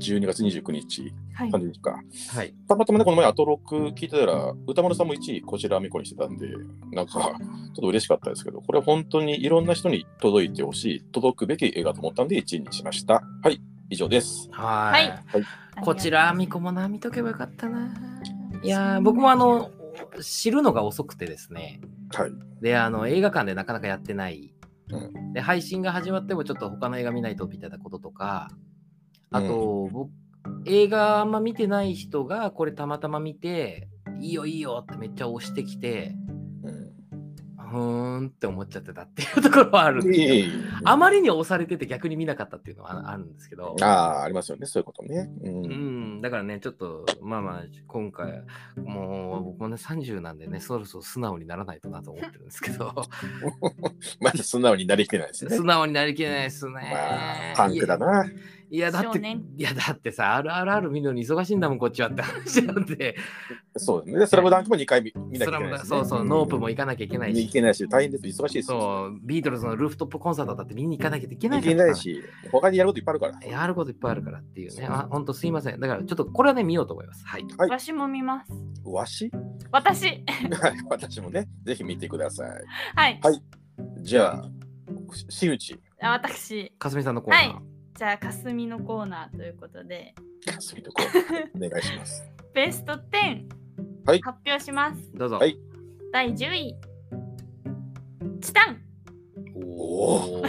C: ?12 月29日、
A: はい。
C: 30日か。
B: はい。
C: たまたまね、この前、アトロック聞いてたら、歌丸さんも1位、こちらみこにしてたんで、なんか、ちょっと嬉しかったですけど、これ本当にいろんな人に届いてほしい、届くべき映画と思ったんで、1位にしました。はい、以上です。
B: は。
A: はい
B: こちら、みこもな、見とけばよかったな。いやー、僕もあの、知るのが遅くてですね。
C: はい。
B: で、あの、映画館でなかなかやってない。
C: う
B: で、配信が始まってもちょっと他の映画見ないとみたいなこととか、あと、僕、映画あんま見てない人がこれたまたま見て、いいよいいよってめっちゃ押してきて、
C: うん
B: ふーんって思っちゃってたっていうところはあるんですよあまりに押されてて逆に見なかったっていうのはああるんですけど。
C: ああ、ありますよね、そういうことね。う。
B: うんん、だからね、ちょっと、まあまあ、今回、もう、僕もね、30なんでね、そろそろ素直にならないとなと思ってるんですけ ど、
C: まだ素直になりきれないですね
B: 素。直になりきれないですね。
C: まあ、パンクだな。
B: いや。いや、だっ
A: 少
B: て、
A: 年
B: いや、だってさ、RRR 見るのに忙しいんだもん、こっちはって話なんで、
C: そうですね。でスラムダンクも2回見見なき
B: そ
C: ゃ
B: れ
C: いけない
B: も
C: です、ね。
B: そうそう、ノープも
C: 行
B: 行かなきゃいけ
C: け
B: ない
C: 行
B: し、
C: けないし、大変です。忙しいです。
B: そう、ビートルズのルーフトップコンサートだって見に行かなきゃいけない
C: 行
B: から
C: けないし、他にやることいっぱいあるから。
B: いや、あることいっぱいあるからっていう
C: そう
B: ね。
C: そう
B: あ、ほんとすいません。だから、ちょっとこれはね、見ようと思います。はい。
C: はい
A: 私も見ます。
C: わし
A: 私
C: はい 私もね、ぜひ見てください。
A: はい。
C: はいじゃあ、真打ち。
A: あ私
B: かすみさんのコーナー。
A: はじゃあかすみのコーナーということで
C: スミとこ うお願いします。
A: ベスト10、
C: はい
A: 発表します。
B: どうぞ。
C: はい
A: 第10位チタン。
B: おー。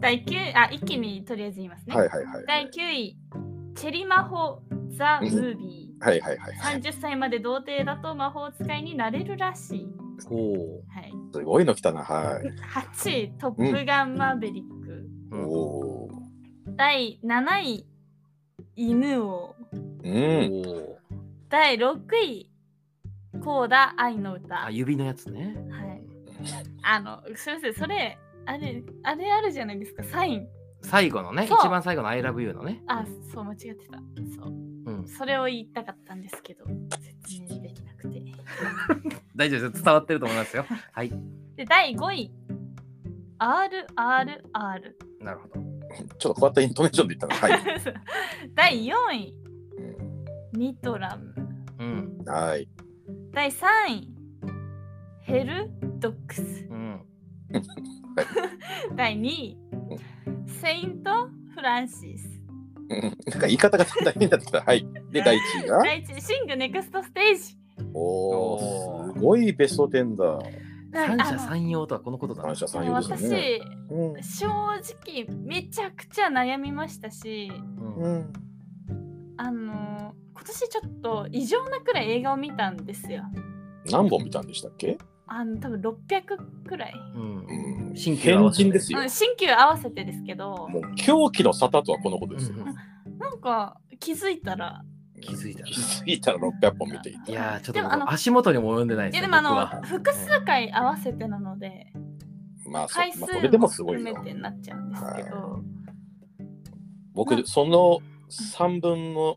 A: 第9位あ一気にとりあえず言いますね。
C: はいはいはい。
A: 第9位チェリマホザムービー。
C: はいはいはい。
A: 30歳まで童貞だと魔法使いになれるらしい。
B: お
A: はい、
C: すごいの来たな、はい。
A: 8位、トップガンマーベリック。
B: お
C: お
B: お
C: お
A: 第7位、犬王。
C: ー。
B: う
C: うん。
B: ん
A: 第6位、コーダ愛の歌。
B: あ
A: はい。
B: 指のやつね
A: あの、すみません、それ、あれ、あれあるじゃないですか、サイン。
B: 最後のね一
A: そう
B: 番最後の「ILOVEYOU」のね
A: あ、そう、間違ってた。そう、
B: うん
A: それを言いたかったんですけど、説明できなくて。
B: 大丈夫です伝わってると思いますよはい
A: で、第5位、RRR。
B: なるほど
C: ちょっと変わったイントネーションで言ったな。はい。
A: 第4位、
C: う
A: ニトラム。
B: うん
C: んはい。
A: 第3位、ヘルドックス。
B: うん
A: 第2位、セイント・フランシス。
C: うんなんか言い方がだんだん変になってきた。はい。で、第1位が。
A: 第1位、シングネクストステージ。
C: お
B: お
C: お
B: ー。
C: すごいベスト10だ。
B: 三者
A: あの
B: 三様とはこのことだな
C: 感謝さん
A: もう
C: ようです
A: 私、
C: ね。うん
A: 正直めちゃくちゃ悩みましたし、
B: うん
C: うん。
A: あの今年ちょっと異常なくらい映画を見たんですよ。
C: 何本見たんでしたっけ？
A: あの多分600くらい。
B: うん
C: うん。
B: 新旧合
C: 変
B: わせて
C: 人ですよ
A: う。ん、新旧合わせてですけど、
C: もう狂気の沙汰とはこのこと
B: う
C: ですよ。
B: ん
A: なんか気づいたら
B: 気づいた
C: 気づいたら600本見ていた。
B: いやーちょっ
A: で
B: と
A: もあの
B: 僕足元にも及んでない
A: い
B: で
A: や
B: す
A: で
B: ね
A: もあ
B: 僕は
A: の複数回合わせてなので
C: まあそ,、
A: 回数
C: まあ、それでも
A: も
C: すご
A: 含
C: い
A: め
C: よ。
A: てになっちゃうんですけど
C: 僕その3分の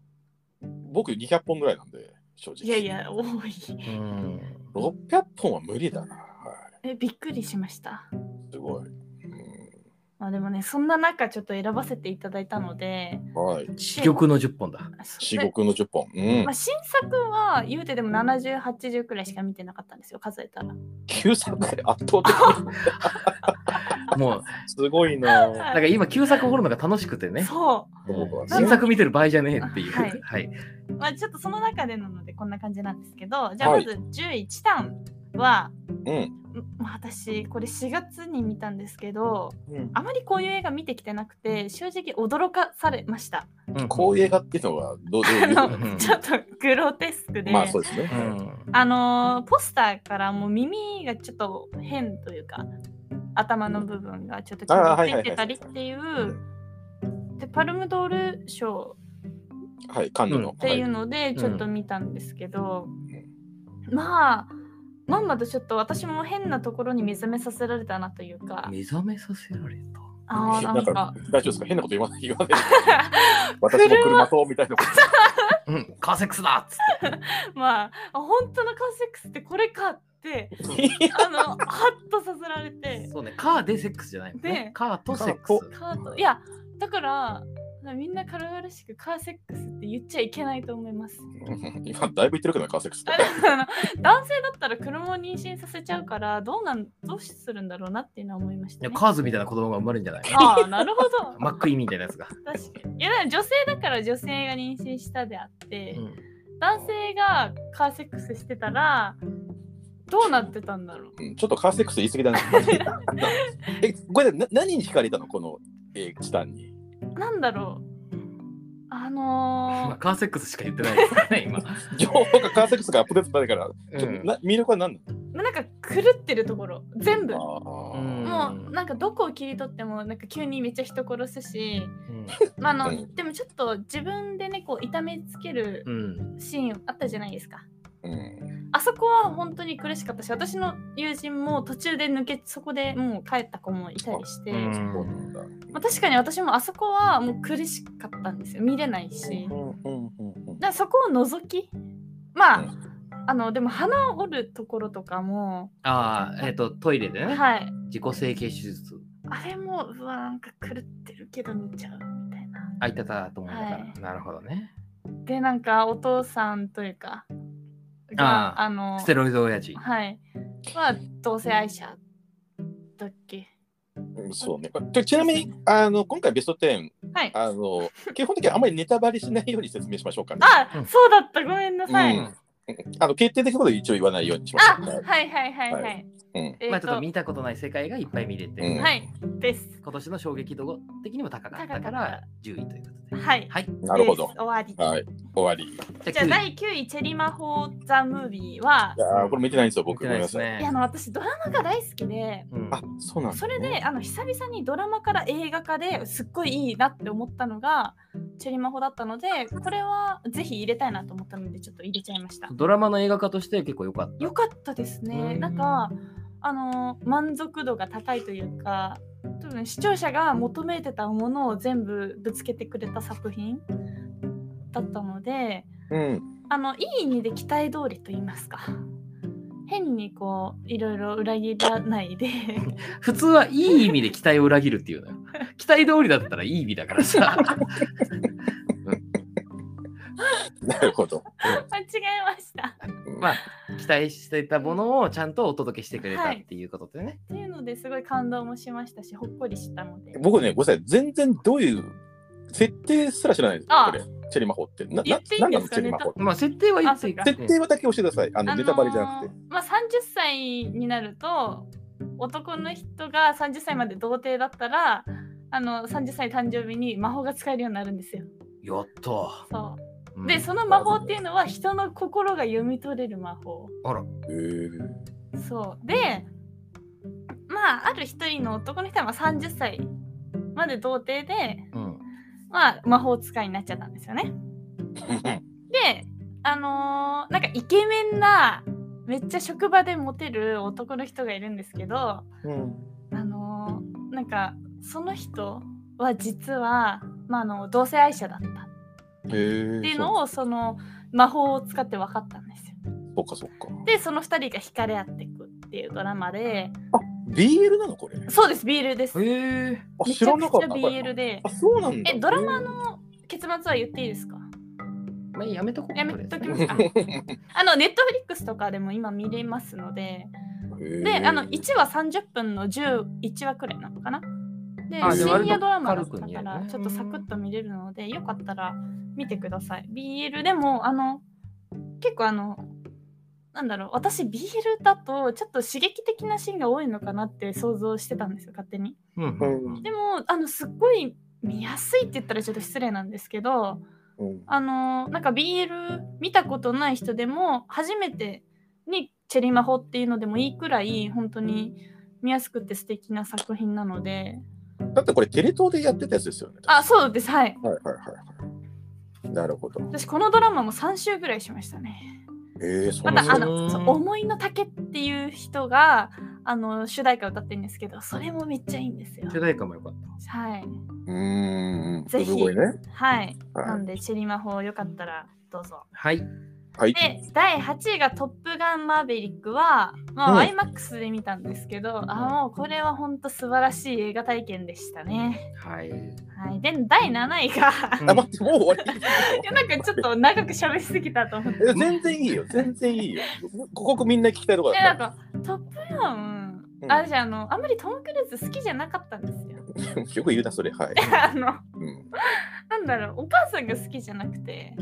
C: 僕200本ぐらいなんで正直。
A: いやいや多い
B: うん
C: 600本は無理だな。は
A: えびっくりしました、
C: い。すごい。う
A: まあ、でもねそんな中ちょっと選ばせていただいたので
C: ん、はい。
B: 四玉の10本だ
C: 至
A: で
C: 極の10本。うん
A: まあ、。新作は言うてでも7080くらいしか見てなかったんですよ数えたら
C: 9作で圧倒的 に
B: もう
C: すごいなぁ。
B: なんか今旧作掘るのが楽しくてね
A: そ
C: 僕はね
B: 新作見てる場合じゃねえっていう
A: はい
B: はい、
A: う、まあ、ちょっとその中でなのでこんな感じなんですけどじゃあま
C: はい
A: ず10位チタンは、
C: うん。
A: まあ私これ4月に見たんですけど
C: うん
A: あまりこういう映画見てきてなくて正直驚かされました。
B: うん
C: こういう映画っていうのはどうどう
A: あ
C: いう
A: の
B: うん
A: ちょっとグロテスクで、
C: まあそうですね。
B: うん
A: あのーポスターからもう耳がちょっと変というか頭の部分がちょっと
C: あー
A: 切れてたりっていう、
C: はいはいはいは
A: でパルムドール賞
C: はい、カンヌの。
A: っていう
C: は
A: のでちょっと見たんですけど、まあまんまとちょっと私も変なところに目覚めさせられたなというか、
B: 目覚めさせられた
A: あ
C: い
A: ーな
C: なん
A: ん
C: か
A: か
C: 大丈夫ですか変なこと言わな い言わない。私も車とみたいなこと。
B: うんカーセックスだっつって
A: まああ本当のカーセックスってこれかって あのハッとさせられて
B: そうね、カーでセックスじゃないもんね
A: で。
B: カーとセック
C: カー
B: ス。
A: カートいやだからみんな軽々しくカーセックスって言っちゃいけないと思います。
C: 今だいぶ言ってるけどカーセックスと
A: あ
C: か。
A: の男性だったら車を妊娠させちゃうからどうなんどうするんだろうなっていうのは思いまし
B: い
A: た、
B: や
A: ね。
B: カーズみたいな子供が生まれるんじゃない
A: ああなるほど
B: マックイーンみたいなやつが。
A: 確かに。いやだから女性だから女性が妊娠したであって、
B: うん
A: 男性がカーセックスしてたらどうなってたんだろう
C: うんちょっとカーセックス言い過ぎだな。 え、これな何に惹かれたのこのえーチタンに。
A: なんだろうあ
B: まあ、
A: の
B: カーセックスしか言ってないですからね、今。
C: 情報がカーセックスがアップデートされたから、
B: う
C: ちょっ
B: ん
C: とな魅力は何
A: ー、なんか狂ってるところ全部
C: な
A: も
C: の
B: う
C: あ
B: ん
A: うなんかどこを切り取ってもなんか急にめっちゃ人殺すし、
B: う
A: まあ、あの
C: うん
A: でもちょっと自分でねこう痛めつける
B: んうん。
A: シーンあったじゃないですか
C: ーうん
A: あそこは本当に苦しかったし私の友人も途中で抜けそこでもう帰った子もいたりして、
B: うん
C: そうなんだ
A: まあ、確かに私もあそこはもう苦しかったんですよ見れないし。
C: うんうんうんうん
A: だからそこを除きまあ、
C: う
A: あのでも鼻を折るところとかも、
B: ああ、えっ、と、トイレでね、
A: はい
B: 自己整形手術、
A: あれもうわなんか狂ってるけど見ちゃうみたいな
B: あいたたと思いなが
A: は
B: ら、
A: い
B: なるほどね。
A: でなんかお父さんというかがあ
B: ああ
A: の
B: ステロイド親父。
A: はいまあ同性愛者だっけ
C: うんそうね。でちなみに、あの、今回ベスト10、
A: はい
C: あの、基本的にあまりネタバレしないように説明しましょうかね。
A: あ、
B: うん
A: そうだったごめんなさい、
C: うんあの、決定的なことは一応言わないようにしましょ
A: あ
C: う。はい
A: はいはいはいはい、
C: はうん。
A: え
B: まあ
A: ー
B: ちょっと
A: と、
B: 見たことない世界がいっぱい見れて、
C: うん
A: はい、です。
B: 今年の衝撃度的にも高かった
A: 高か
B: か
A: った
B: ら10位ということで。
A: はい。
B: はい。
C: なるほ
A: で
C: ど
A: す。終わり。
C: はい。終わり。
A: じゃあ
B: 9位
A: 第9位「チェリマホザ・ムービーは」
C: いやーこれ見てないんですよ、
B: 見
C: 僕。
B: て
C: ご
B: ないで
C: めんな
B: す
C: さい。
B: ね
A: いやあの私ドラマが大好きで
B: うん
C: あ、そうなんです
A: そ
C: ね
A: れであの久々にドラマから映画化ですっごいいいなって思ったのが「チェリマホ」だったのでこれはぜひ入れたいなと思ったのでちょっと入れちゃいました
B: ドラマの映画化として結構良かった。
A: よかったですね
B: うん
A: なんかあの満足度が高いというか多分視聴者が求めてたものを全部ぶつけてくれた作品だったので
C: うん。
A: あのいい意味で期待通りと言いますか変にこういろいろ裏切らないで
B: 普通はいい意味で期待を裏切るっていうのよ。期待通りだったらいい意味だか らさ。
C: なるほど。
A: 間違えました。
B: まあ、期待してたものをちゃんとお届けしてくれたっていうことでね。
A: っていうのですごい感動もしましたしほっこりしたので
C: 僕ね、ごめんなさい。全然どういう設定すら知らないです。
A: あ
C: これ。チェリマホって。な、
A: 言
C: な
A: ってい、いん
C: なん
A: で
C: な
A: す
C: の
A: か
C: チェリマホって。
B: まあ、設定は言っていい
A: あそうか
C: 設定はだけ教えてください。あの、ネタバレじゃなくて。
A: まあ、30歳になると男の人が30歳まで童貞だったらあの30歳誕生日に魔法が使えるようになるんですよ。
B: やったー。
A: そ
B: うん
A: うでその魔法っていうのは人の心が読み取れる魔法。
B: あら、
C: へ ー
A: そうでまあある一人の男の人はまあ30歳まで童貞で、
B: うん。
A: まあ、魔法使いになっちゃったんですよね。であのーなんかイケメンなめっちゃ職場でモテる男の人がいるんですけどあ
C: うん。
A: のーなんかその人は実は、まあ、あの同性愛者だったっ
C: へー
A: ていうのをその魔法を使って分かったんですよ。
C: そうか、そうか。
A: でその2人が惹かれ合っていくっていうドラマで
C: BL なのこれ。
A: そうですビールです。め
B: へえ。
C: あ、知
A: ちゃ
C: ら
A: くち
C: な
A: ゃ
C: かった。これ
A: BL で
C: あ、そうなんだ。
A: えドラマの結末は言っていいですか
B: まあ、やめとこう。
A: やめときますか
B: とりあえずね
A: あのネットフリックスとかでも今見れますので
C: で
A: で、あの1話30分の11話くらいなのかな。で、
B: あ
C: でも
A: 深夜ドラマだっ
B: 割と軽く
A: た
B: 見
A: か
B: れる
A: ら、
B: ね
A: ちょっとサクッと見れるので、よかったら見てください。BL でも、あの、結構あの、なんだろう、私 BL だと、ちょっと刺激的なシーンが多いのかなって想像してたんですよ、勝手に。
B: うんうんうん。
A: でも、あの、すっごい見やすいって言ったらちょっと失礼なんですけど、
C: うん
A: あの、なんか BL 見たことない人でも、初めてにチェリマホっていうのでもいいくらい、本当に見やすくて素敵な作品なので、
C: だってこれテレ東でやってたやつですよね。
A: あ、そうです、はい。
C: はいはいはいはい。なるほど。
A: 私、このドラマも3週ぐらいしましたね。
C: えー、そ
A: ま
C: んな
A: た、あ
C: に
A: の、そう思いの丈っていう人が、あの、主題歌を歌ってるんですけど、それもめっちゃいいんですよ。
B: 世代感もよかっ
A: はい。
C: うーん。
A: ぜひ
C: すごいね。
A: はい。
C: はい
A: なんで、チェリマホよかったら、どうぞ。
B: た。はい。
C: はい。
A: で第8位が「トップガンマーヴェリックは」まあ
C: うん
A: IMAX で見たんですけど、あもうこれは本当素晴らしい映画体験でしたね。
B: はい。
A: はい、で第7位が
C: あ、待って、もう終わり。
A: いやなんかちょっと長く喋りすぎたと思って。
C: え全然いいよ、全然いいよ。ここみんな聞きたいとこ
A: でなん
C: だ。
A: か「トップガン」
C: うん
A: あじゃあのあんまりトム・クルーズ好きじゃなかったんですよ。
C: よく言うな、それ。はい。
A: あの
C: うん、
A: なんだろうお母さんが好きじゃなくて、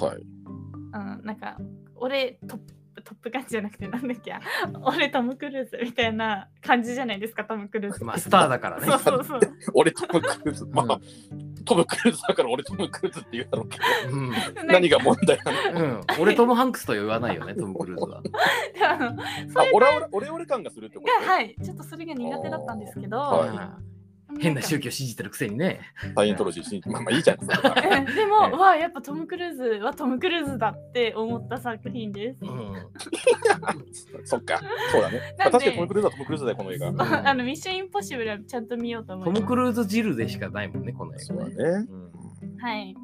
C: はい。
A: うん、なんか俺トップトップガンじゃなくてなんだっけ 俺トム・クルーズみたいな感じじゃないですかトム・クルーズって。
B: まあ、スターだからね
A: そ。うそうそう。
C: 俺トム・クルーズ、まあ、トム・クルーズだから俺トム・クルーズって言うだろ うけど、
B: うん。
C: 何が問題なの
B: うん。俺トム・ハンクスとは言わないよね、トム・クルーズは。
A: であのそ
C: あ
A: れ、
C: オラオラ、オレオレ感がするってこと
A: がはいちょっとそれが苦手だったんですけど、
C: はい
B: うん変な宗
A: 教
B: 教信じてるくせにね。
C: サイエントロジーし、まあまあいいじゃん。それは
A: でも、
B: ええ
A: わあやっぱトム・クルーズはトム・クルーズだって思った作品です。
B: うん。
C: そっか、そうだね。
A: なんで
C: まあ確かにトム・クルーズはトム・クルーズだよ、この映画。
B: ん
A: あのミッション・インポッシブルはちゃんと見ようと思
B: ト
A: います。
B: ム・クルーズ汁でしかないもんね、この映
C: そう
B: 画
C: だ
B: ね。
C: ね。
B: うん
A: はい、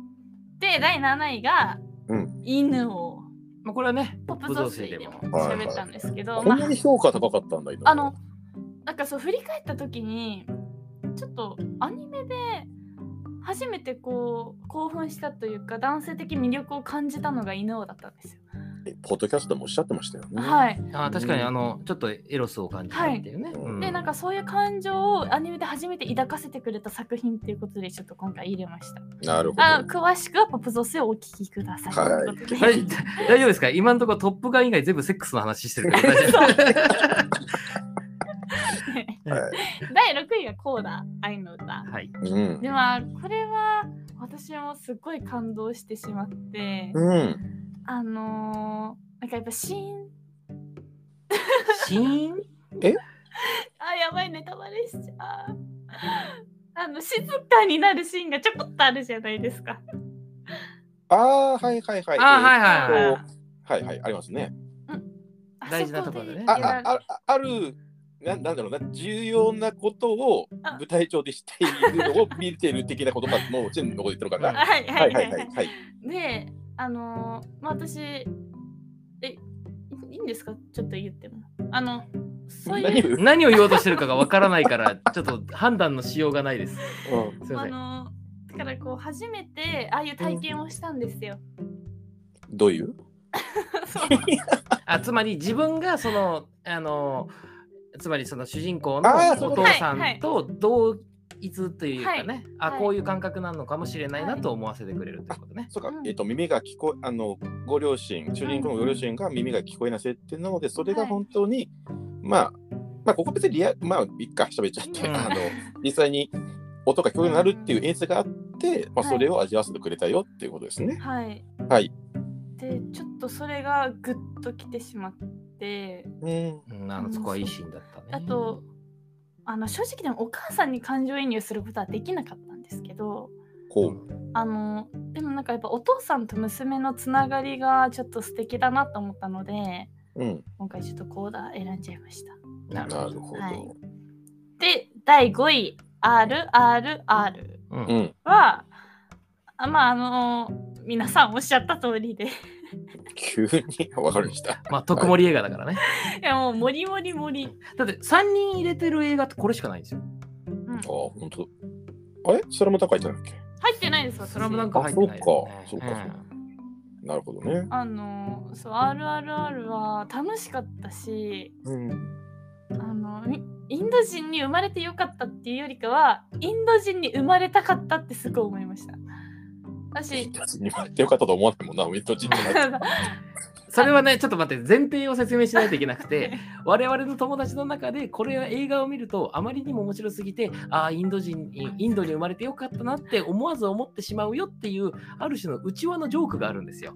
A: で第7位が、
C: うん
A: 犬を
B: まあ、これはね、
A: ポップ雑炊でも
C: はいはい
A: 喋ったんですけど、
C: こん
A: ま
C: な
A: あ
C: に評価高かったんだ、今。
A: あの、なんかそう振り返った時にちょっとアニメで初めてこう興奮したというか男性的魅力を感じたのが犬王だったんですよ。
C: ポッドキャストでもおっしゃってましたよね。
A: はい
B: あー確かにあのちょっとエロスを感じたっていうね。
C: はい
B: うん
A: でなんかそういう感情をアニメで初めて抱かせてくれた作品ということでちょっと今回入れました。
C: なるほど。
A: あ詳しくはポップゾスをお聞きください。
C: はい
A: とうことで
B: あれ だ大丈夫ですか今のところトップガン以外全部セックスの話してるけ ど大丈
A: 第6位がコーダ愛の歌
B: 夫。はい。
C: うん。
A: ではこれは私もすごい感動してしまって、
C: うん。
A: あのー、なんかやっぱシーン
B: シーン
A: あやばいネタバレしちゃう。あの静かになるシーンがちょこっとあるじゃないですか。
C: ああ、はいはいはい。
B: あーはいはいはい
C: えーっとはいはい、ありますね。
A: あ
B: 大事なところだね
C: あ、
A: そこでやら
C: あ、ああある、ななんだろうな、重要なことを舞台上でしているのを見ている的なことかも、全部ここで言ってるのかな。
A: はいは
C: はいいは
A: はいい
C: は
A: はいい。
C: はい。
A: で、あのーまあ、私、え、いいいんですかちょっと言っても。あの、そうい
C: 何
A: う、
C: をうん
B: 何を言おうとしてるかがわからないから、ちょっと判断のしようがないです。すいま
A: あ
B: せん。
A: のーだからこう、初めて、ああいう体験をしたんですよ。
C: どういう
A: そう
B: あつまり自分がそのあのつまりその主人公の
C: あーそうい
B: お
C: うこと
B: 父さ
A: はいは
B: ん
A: い
B: と同一というかね、
A: は
B: あ
A: はい
B: こういう感覚なのかもしれないな
A: はい
B: と思わせてくれるということね。
C: そうか、
A: うん
C: えっ、と、耳が聞こえ、あの、ご両親、主人公のご両親が耳が聞こえない設定なので、それが本当に、まあ、まあ、ここ別にリア、まあ、一回喋っちゃって、
B: うん
C: あの、実際に音が聞こえるようになるっていう演出があって、まあ、
A: はい
C: それを味わわせてくれたよっていうことですね。
A: はい。
C: はい。
A: で、ちょっとそれがぐっときてしまって、
C: うん。
B: うん、あのそこはいいシーンだったね。
A: あと、あの正直でもお母さんに感情移入することはできなかったんですけど、
C: こ
B: う
C: う。
A: あのでもなんかやっぱお父さんと娘のつながりがちょっと素敵だなと思ったので
C: うん。
A: 今回ちょっとコーダ選んじゃいました
B: なる
C: な
B: ほ
C: る
B: ど。
C: ほど。
A: はいで第5位 RRR
B: うん
C: うん。
A: はあまああの皆さんおっしゃった通りで い
C: 急に、わかりました。
B: まあ特盛り映画だからね。
A: やもうモリモリモリ
B: だって3人入れてる映画ってこれしかないんですよ。
C: あ、本当。あれそれも高いじゃないっけ
A: 入ってないです私
B: スラムダンク入ってないですよね、
C: あそうかそうか
B: ん
C: なるほどね。
A: あのそう RRR は楽しかったし
C: うん。
A: あのみインド人に生まれてよかったっていうよりかはインド人に生まれたかったってすごい思いました私
C: 別に言ってよかったと思わないもんな、ウィンド ジンじゃない
A: あの
B: それはね、ちょっと待って、前提を説明しないといけなくて、 我々の友達の中でこれは映画を見るとあまりにも面白すぎてああインド人にインドに生まれてよかったなって思わず思ってしまうよっていうある種の内輪のジョークがあるんですよ。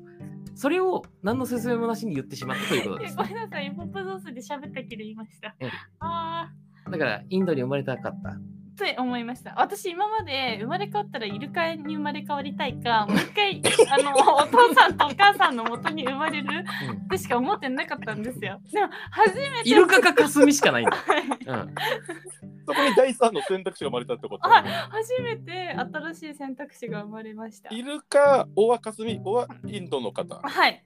B: それを何の説明もなしに言ってしまったということ
A: い
B: で
A: や
B: す。
A: ごめんなさい、ポップゾースで喋ったけど言いました
B: うん。
A: ああ、
B: だからインドに生まれたかった。
A: って思いました。私、今まで生まれ変わったらイルカに生まれ変わりたいか、 もう一回、あの、お父さんとお母さんの元に生まれるってしか思ってなかったんですよ。でも、初めて。
B: イルカかカスミしかないんだ。
A: はい
B: うん、
C: そこに第三の選択肢が生まれたってこと。
A: はい初めて新しい選択肢が生まれました。
C: イルカ、オアカスミ、オアインドの方。あ
A: はい。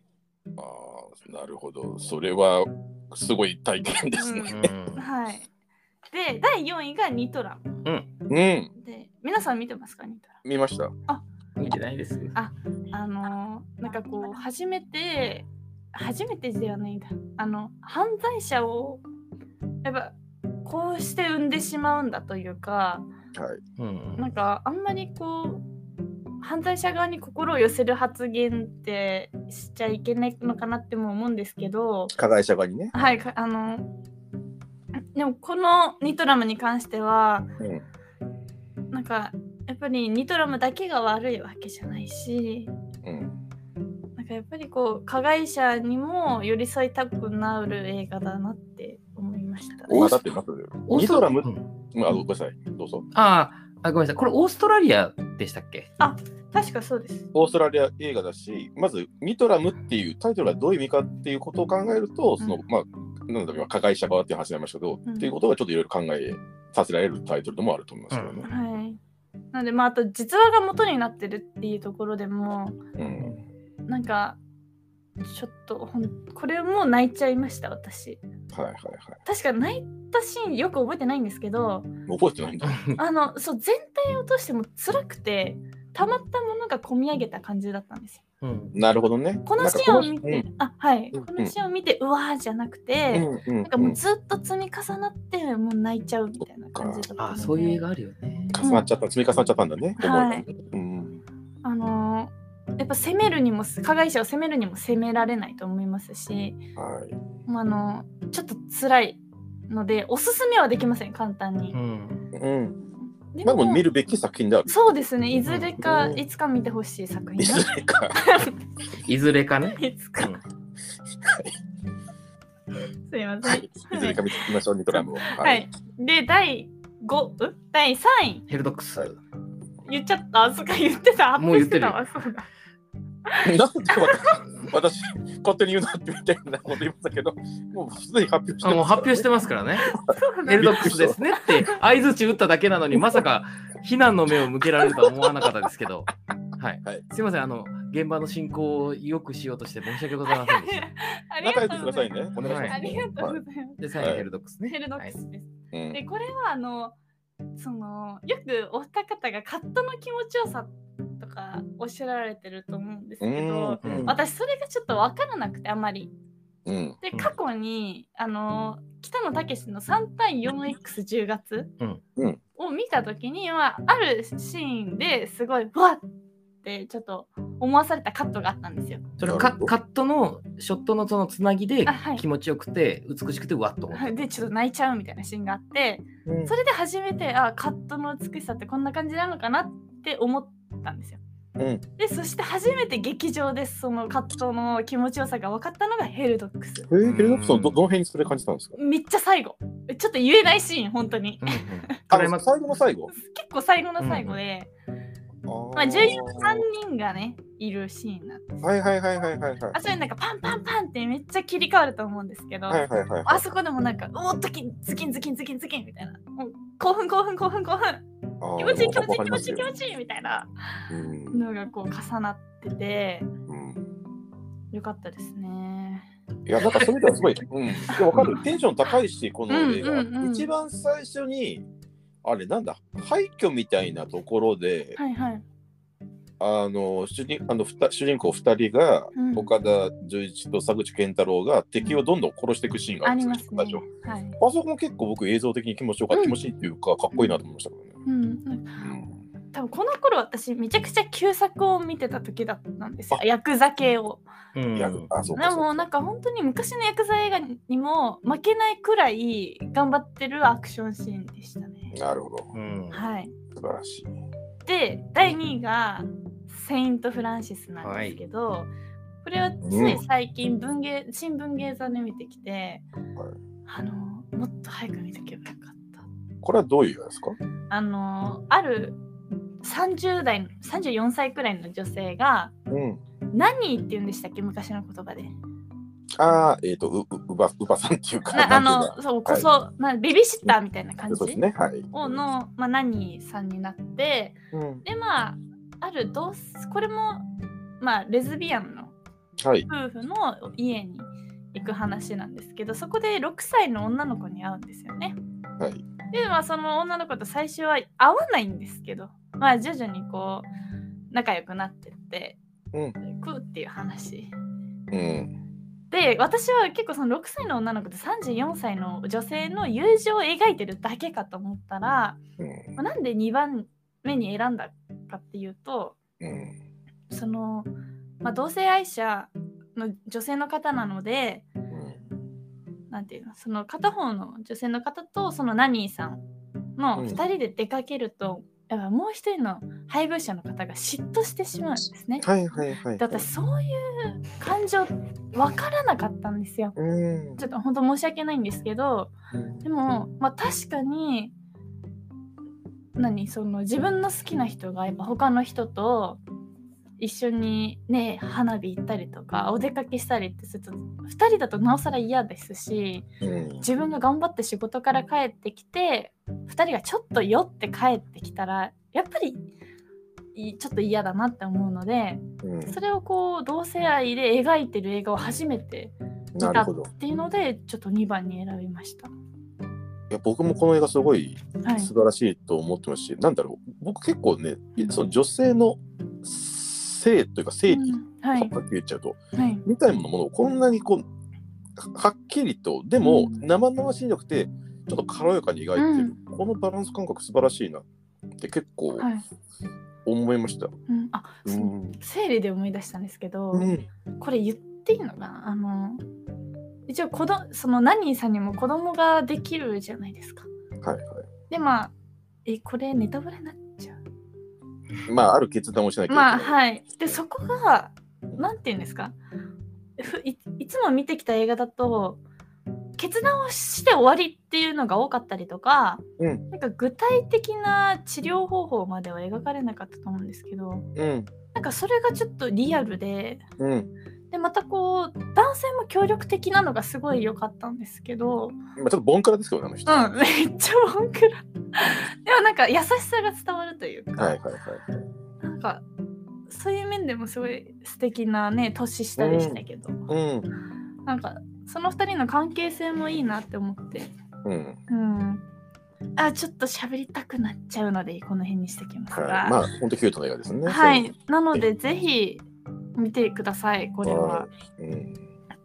C: あ、なるほど。それはすごい体験ですね。
B: うん
A: はい。で、第4位がニトラ。
C: うん、
A: で、皆さん見てますか、ニトラ。
C: 見ました。
B: 見てないです。
A: あのーなんかこう初めて初めてではないんだあの犯罪者をやっぱこうして産んでしまうんだというか
B: うん
A: なんかあんまりこう犯罪者側に心を寄せる発言ってしちゃいけないのかなっても思うんですけど
C: 加害者側にね。
A: はいかあのでもこのニトラムに関しては
C: うん。
A: なんかやっぱりニトラムだけが悪いわけじゃないし
C: うん。
A: なんかやっぱりこう加害者にも寄り添いたくなる映画だなって思いました。
C: まあ、だって、まず、ニトラム、
B: うん
C: まあ、ごめんなさい。どうぞ。
B: あーあ、ごめんなさい。これオーストラリアでしたっけ
A: 確かそうです。
C: オーストラリア映画だし、まず、ニトラムっていうタイトルはどういう意味かっていうことを考えると、その、
A: うん
C: まあ、なんだろう、加害者側っていう話になりましたけど、
A: うん
C: っていうことがちょっといろいろ考えさせられるタイトルでもあると思いますけどね。
A: はい。なのでまああと実話が元になってるっていうところでも
C: うん。
A: なんかちょっとほんこれも泣いちゃいました私。
C: はいはいはい。
A: 確か泣いたシーンよく覚えてないんですけど
C: もう覚えてないんだ。
A: あのそう全体を通しても辛くてたまったものが込み上げた感じだったんですよ。
B: うん
C: なるほどね。
A: このシーンを見て、あはい、
B: うん
A: このシーンを見てうわーじゃなくて、
C: なんかこのうんうん
A: なんかもうずっと積み重なってもう泣いちゃうみたいな感じだったの
B: あ
A: で
B: そういう映画あるよね。
C: 重なっちゃった、積み重なっちゃったんだね。
A: はい
C: 思いがうん
A: あのーやっぱ責めるにも加害者を責めるにも責められないと思いますし、
C: はい。
A: まあ、あのーちょっと辛いのでおすすめはできません簡単に
B: う。ん。
C: うん。
A: で
C: まあ、でも見るべき作品である。
A: そうですねいずれか、
C: うん
A: いつか見てほしい作
C: い
A: 品
C: ず
A: だ
C: れか。
B: いずれかね。
A: いつかすいません。
C: は
A: はいい、
C: いずれか見てみましょう、ニトラムを。は
A: は。い、で第5ん第3位
B: ヘルドックス。
A: 言っちゃったあずか言ってたアップしてたわそう だ
C: なんで私、私勝手に言うなってみたいなこと言いましたけど、もうすでに発表して。
B: あもう発表しててますからね。
A: そうだ
B: ヘルドックスですねって相槌打っただけなのにまさか非難の目を向けられるとは思わなかったですけど。はい。
C: はい
B: すいませんあの現場の進行を良くしようとして申し訳ございませんでした。
A: あり
C: 仲
A: がと
C: 良く
A: う
C: く
A: ご
C: だ
A: ざ
C: さ
A: い
C: い
A: ます。あ
C: ね。お願いします。
A: りがとうございます。
B: で最
C: は
B: 後
C: い
B: ヘルドックスね。
A: ヘルドック
B: はい
A: スです。
C: うん
A: でこれはあのそのよくお二方がカットの気持ちよさとかおっしゃられてると思うんですけど、
C: うん
A: 私それがちょっと分からなくてあまり。
C: うん。
A: で
B: うん
A: 過去に、あの北野武の3対 4X10 月
B: うん
C: うん
A: を見た時にはあるシーンですごいわってちょっと思わされたカットがあったんですよ。
B: それカカットのショットのそのつなぎで
A: あはい
B: 気持ちよくて美しくてうわっと思った。
A: でちょっと泣いちゃうみたいなシーンがあって
B: うん
A: それで初めてあカットの美しさってこんな感じなのかなって思ったんですよ。
C: うん。
A: でそして初めて劇場でそのカットの気持ちよさが分かったのがヘルドックス。
C: えー、ヘルドックスのどどの辺にそれ感じたんですか
A: めっちゃ最後ちょっと言えないシーン本当に
B: うんうん
C: あ
B: クライマックス
C: 最後の最後。
A: 結構最後の最後で、ま
C: ま
A: あ、重要3人がねいるシーンなんで
C: はいはいはいはいはいはい
A: あ。それなんかパンパンパンってめっちゃ切り替わると思うんですけど、
C: はいはいはいは
A: あ
C: い。
A: そこでもなんかおーっときズキンズキンズキンズキンみたいなもう興奮興奮興奮興奮
C: あ
A: 気持ちいい気
C: ー
A: 持ちいい
C: わか
A: 気持ちいい
C: りますよ
A: 気持ちいいみたいな
C: うん
A: のがこう重なってて
C: うん
A: よかったですね
C: いや、なんかそれではすごい、うん、いやわかる、テンション高いし、この映画、
A: うんうんうん
C: 一番最初に、あれ、なんだ、廃墟みたいなところで、
A: はいはい
C: あの主人あのふた主人公2人が、
A: うん
C: 岡田准一と佐口健太郎が敵をどんどん殺していくシーンが
A: あ
C: ある
A: り
C: ん
A: ま
C: ですすよ、
A: ね
C: 最初
A: はい、
C: あそこも結構僕、映像的に気持ちよかっ
A: う
C: た、
A: ん
C: 気持ちいいっていうか、かっこいいなと思いましたけどね。
A: うん、なんか多分この頃私めちゃくちゃ旧作を見てた時だったんですよ
C: あ
A: ヤクザ系を
B: う
C: うん
B: ん
C: いやあそう
A: で
C: かそ
A: も
C: うか
A: なんか本当に昔のヤクザ映画にも負けないくらい頑張ってるアクションシーンでしたね。
C: なるほど、
B: うん
A: はい、
C: 素晴らしい。
A: で第2位が「セイント・フランシス」なんですけど、これはつい最近文芸、新聞芸座で見てきて、
C: はい
A: あのもっと早く見とけばよかった。
C: これはどういう映画ですか
A: あのある30代34歳くらいの女性が
C: うん。
A: 何って言うんでしたっけ昔の言葉 で。
C: ああ、えっ、と、う、う、うば、うばさんっていうか、
A: なあ
C: なんていう
A: のそうこそ、なベビーシッターみたいな感
C: か
A: じ。
C: そうですね、はい。
A: をの、まあ、何さんになって
C: うん、
A: でまあある同すこれも、まあ、レズビアンの
C: はい。
A: 夫婦の家に行く話なんですけどそこで6歳の女の子に会うんですよね。
C: はい
A: でまあその女の子と最初は会わないんですけどまあ徐々にこう仲良くなってって、
C: うん
A: くっていう話。
C: うん。
A: で私は結構その6歳の女の子と34歳の女性の友情を描いてるだけかと思ったら
C: うん。
A: まあなんで2番目に選んだかっていうと
C: うん。
A: その、まあ、同性愛者の女性の方なのでなんていうのその片方の女性の方とそのナニーさん
C: う
A: の
C: ん
A: 2人で出かけると、やっぱもう一人の配偶者の方が嫉妬してしまうんですね。
C: はいはいはい。
A: だってそういう感情わからなかったんですよ。
C: うん。
A: ちょっと本当申し訳ないんですけどでも、まあ、確かに何その自分の好きな人がやっぱ他の人と一緒にね花火行ったりとかお出かけしたりってすると2人だとなおさら嫌ですし
C: うん。
A: 自分が頑張って仕事から帰ってきて2人がちょっと酔って帰ってきたらやっぱりいちょっと嫌だなって思うので
C: うん。
A: それをこう同性愛で描いてる映画を初めて見
C: な
A: たっ
C: るほど。
A: ていうのでちょっと2番に選びました。
C: いや、僕もこの映画すごい
A: はい
C: 素晴らしいと思ってますし、なんだろう。僕結構ね、その女性の。性というか正義、
A: うんはい
C: はっきり言っちゃうと、
A: はい
C: みたいなものをこんなにこうははっきりとでも
A: うん
C: 生々しいなくてちょっと軽やかに描いてる、このバランス感覚素晴らしいなって結構
A: はい、
C: 思いました。
A: うん、あ、
C: う
A: そうん整理で思い出したんですけど、
C: うん
A: これ言っていいのかなあの一応子どそのナニーさんにも子供ができるじゃないですか
C: はいは
A: でまあえこれネタバレになっちゃう
C: い、まあある決断をしなきゃいけない。
A: まあはいでそこがなんて言うんですかふいいつも見てきた映画だと決断をして終わりっていうのが多かったりとか、
C: うん
A: なんか具体的な治療方法までは描かれなかったと思うんですけど
C: うん
A: なんかそれがちょっとリアルで
C: うん
A: でまたこう男性も協力的なのがすごい良かったんですけど、うん、
C: まあ、ちょっとボンクラですけどね、あの人。は い
A: めっちゃ文句だでもなんか優しさが伝わるというか、
C: はいはい。
A: なんかそういう面でもすごい素敵なね年下でしたけど、
C: うん
A: なんかその2人の関係性もいいなって思って
C: うん
A: うんあちょっと喋りたくなっちゃうのでこの辺にしてきます
C: は
A: が、
C: い、まあ本当キュートな映画ですね。
A: はいなのでぜひ見てくださいこ
C: そ
A: れ
C: う
A: は。
C: うん、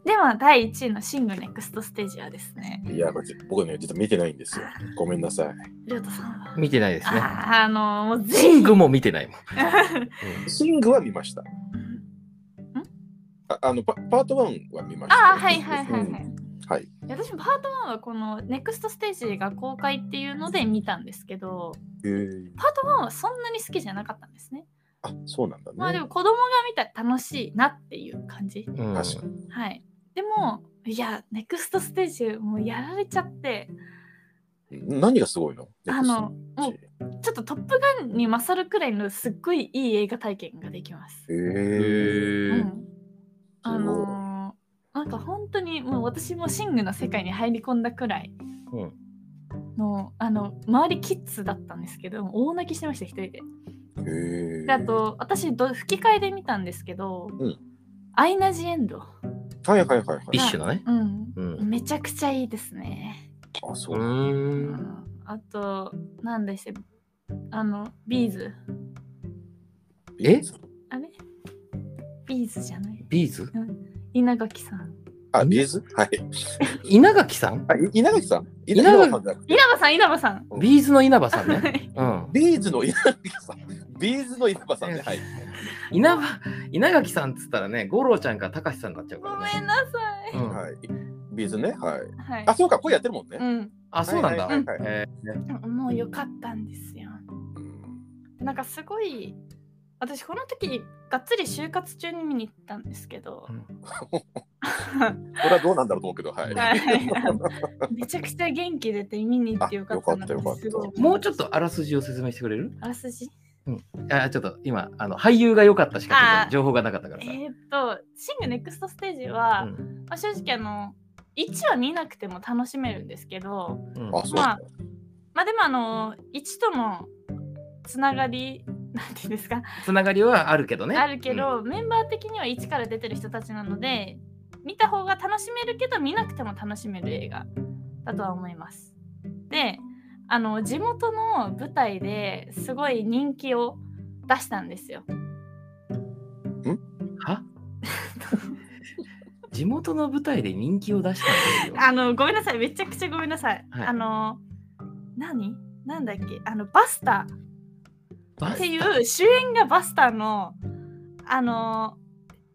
A: では第1位の「シングネクストステージ」はですね
C: いや、僕ね、実は見てないんですよ。ごめんなさい。
A: りょうたさんは
B: 見てないですね。
A: ああのもうぜ
B: シン
A: ひ
B: グも見てないもん。
C: シングは見ました。ああのパパート1は見ました。
A: ああはいはいはいはい、
C: うんはい。
A: 私もパート1はこのネクストステージが公開っていうので見たんですけど
C: へー
A: パート1はそんなに好きじゃなかったんですね
C: あそうなんだね。
A: まあでも子供が見たら楽しいなっていう感じ
B: うんうん
C: 確か
A: はいでもいやネクストステージもうやられちゃって
C: 何がすごいの
A: あのもう
C: へ
A: ちょっと「トップガン」に勝るくらいのすっごいいい映画体験ができます
C: え。
A: うんあのーなんか本当にもう私もシングの世界に入り込んだくらい
B: うん
A: のあの周りキッズだったんですけど大泣きしてました一人で。
C: へえ。
A: であと私ど吹き替えで見たんですけど、
C: うん
A: アイナ・ジ・エンド、
C: はいはいはいはい。
B: 一種のね。
A: うん、
B: うん。。
A: めちゃくちゃいいですね。
C: あそうう。
A: うんん、あと何でしたあのビーズ
B: え
A: あれビーズじゃない
B: ビーズ
A: 稲垣さん。
C: あビーズはい。
B: 稲垣さん
C: あい稲垣さん稲
B: 稲
C: 垣
B: 垣
C: さんじゃなくて
A: 稲葉さん稲葉さん。
B: ビーズの稲葉さんね。うん。
C: ビーズの稲垣さん。ビーズの稲葉さんね。はい。
B: 稲葉、稲垣さんっつったらね、五郎ちゃんか高橋さんになっちゃうか
A: ご
B: らね。
A: めんなさい。
B: うん
C: はい。ビーズね。はい。
A: はい
C: あ、そうか、これやってるもんね。
A: うん、
B: あ、そうなんだ
C: はい。はいはい
B: え
A: もう良かったんですよ。なんかすごい私この時がっつり就活中に見に行ったんですけど
B: う、
C: これはどうなんだろうと思うけど、はい。
A: はいめちゃくちゃ元気出て見に行ってよかったな
C: あよかった
A: すごい
C: よかっ
B: ーもうちょっとあらすじを説明してくれる
A: あらすじ
B: あ、ちょっと今、あの俳優が良かったしかちょっ
A: あー
B: と情報がなかったから
A: え
B: さ。
A: ーっと「シングネクストステージは」
B: うん
A: まあ、正直あの1は見なくても楽しめるんですけど
B: うん
C: あ、そうなんだ。
A: まあでもあの1とのつながりなんていうんですか
B: つながりはあるけどね。
A: あるけど、メンバー的には1から出てる人たちなので見た方が楽しめるけど見なくても楽しめる映画だとは思います。であの地元の舞台ですごい人気を出したんですよ。
B: うん。は 地元の舞台で人気を出したんですよ。
A: あのごめんなさいめちゃくちゃごめんなさい。
B: はい
A: あの何なんだっけあのバスター
B: バ
A: っ
B: ス
A: ていう主演がバスターのあの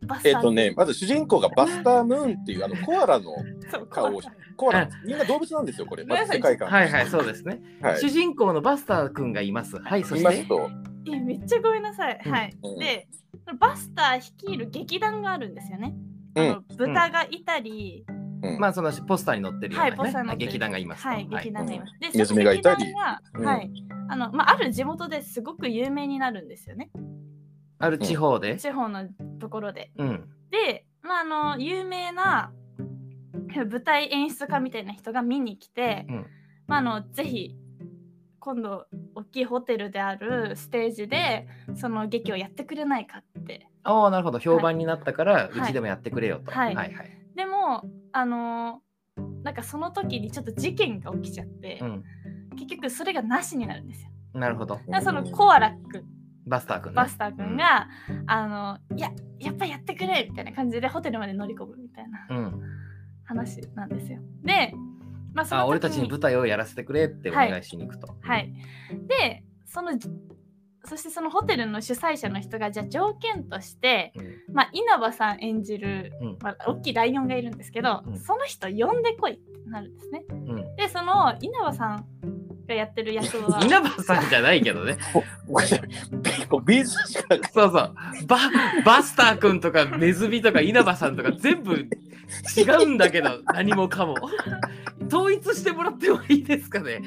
A: バスター
C: えっ、とね、まず主人公がバスタームーンっていうあのコアラの
A: そう
C: 顔をしコアラ、みんな動物なんですよ、これ。
A: ごめん
C: ま
A: な
C: ず
A: さい
C: 世界観。
B: はいはい、そうですね。
C: はい
B: 主人公のバスター君がいます。はい、そ
C: い
B: し
C: ます
B: て。
C: と、
A: えめっちゃごめんなさい。
B: うん
A: はい。
C: うん
A: で、バスター率いる劇団があるんですよね。
C: うん
A: あの豚がいたり、
B: まあ、そのポスターに載ってるよう
A: はい、
B: な
A: ボ
B: ね
A: サの
B: 劇団がいますと。
A: はい、劇団がいます。で、
C: ネズミがいたり
A: その劇団
C: うん
A: がはい。あの、まあ、ある地元ですごく有名になるんですよね。
B: ある地方で。
A: 地方のところで。
B: うん。
A: で、まあ、あの、有名な舞台演出家みたいな人が見に来て、
B: うん
A: まあ、あの、ぜひ、今度、大きいホテルであるステージで、その劇をやってくれないかって
B: ああ、なるほど。評判になったから、
A: はいう
B: ちでもやってくれよと。
A: はい
B: はいはい。
A: でもあのーなんかその時にちょっと事件が起きちゃって、
B: うん。
A: 結局それがなしになるんですよ。
B: なるほど。
A: だからそのコアラック
B: バスター君、ね、
A: バスター君が、あのいややっぱやってくれみたいな感じでホテルまで乗り込むみたいな
B: うん、
A: 話なんですよ。で、まあ、その
B: あ
A: 時
B: 俺たちに舞台をやらせてくれってお願いしに行くと。
A: はい。でそのそしてそのホテルの主催者の人がじゃあ条件として、
B: うん
A: まあ、稲葉さん演じる、
B: うん
A: まあ、大きいライオンがいるんですけど、
B: うん
A: その人呼んでこいってなるんですね。
B: うん
A: でその稲葉さんがやってる役は
B: 稲葉さんじゃないけどね。
C: ごめ んなさいもうビーズしかな
B: そうそう。ババスター君とかネズミとか稲葉さんとか全部違うんだ けど、何もかも。統一してもらってもいいですかね。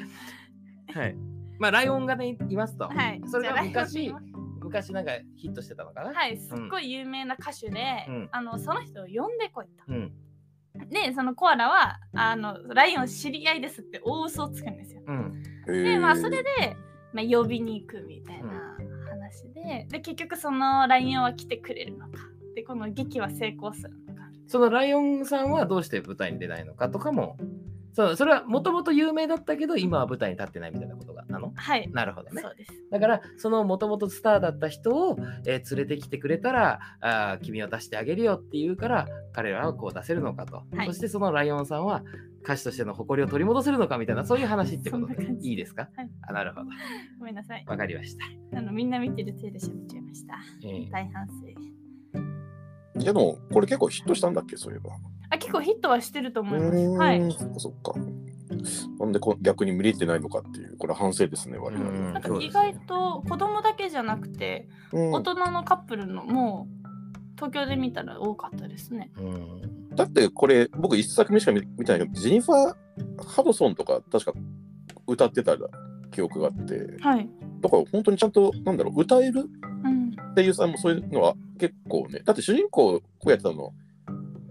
B: はい。まあ、ライオンがね、いますと。
A: はい、
B: それ
A: じゃ
B: が
A: あライ
B: 昔
A: オン、の
B: 昔なんかヒットしてたのかな。
A: はい、すっごい有名な歌手で、
B: うん
A: あのその人を呼んでこいと。
B: うん。
A: でそのコアラはあのライオン知り合いですって大嘘をつくんですよ。
B: うん。
C: い。
A: でまあそ
C: へ
A: れ
C: ー
A: で、まあ、呼びに行くみたいな話でで結局そのライオンは来てくれるのかでこの劇は成功するのか。
B: そのライオンさんはどうして舞台に出ないのかとかも、そうそれはもともと有名だったけど、今は舞台に立ってないみたいなことがなの
A: はい、
B: なるほどね
A: そ。うです。
B: だからそのもともとスターだった人を、えー連れてきてくれたらあー君を出してあげるよって言うから彼らはこう出せるのかと、
A: はい
B: そしてそのライオンさんは歌手としての誇りを取り戻せるのかみたいなそういう話ってこと
A: そんな
B: で
A: 感じ
B: いいですか、
A: はい
B: あなるほど
A: ごめんなさい。
B: わかりました、
A: あのみんな見てる手で喋っちゃいました。
B: えー
A: 大反省。
C: でもこれ結構ヒットしたんだっけそういえば。
A: あ結構ヒットはしてると思いうます。
C: ーん
A: はい。
C: そっかそっか。なんでこ逆に見れてないのかっていうこれ反省ですね我々。
B: うん
A: なんか
B: そうで
A: 意
B: すね
A: 外と子供だけじゃなくて、
C: うん
A: 大人のカップルのもう東京で見たら多かったですね。
B: うん
C: だってこれ僕一作目しか見見てないけどジェニファー・ハドソンとか確か歌ってた記憶があってだ
A: はい。
C: から本当にちゃんとなんだろう歌える
A: うん。
C: っていうさもうそういうのは結構ねだって主人公こうやってたの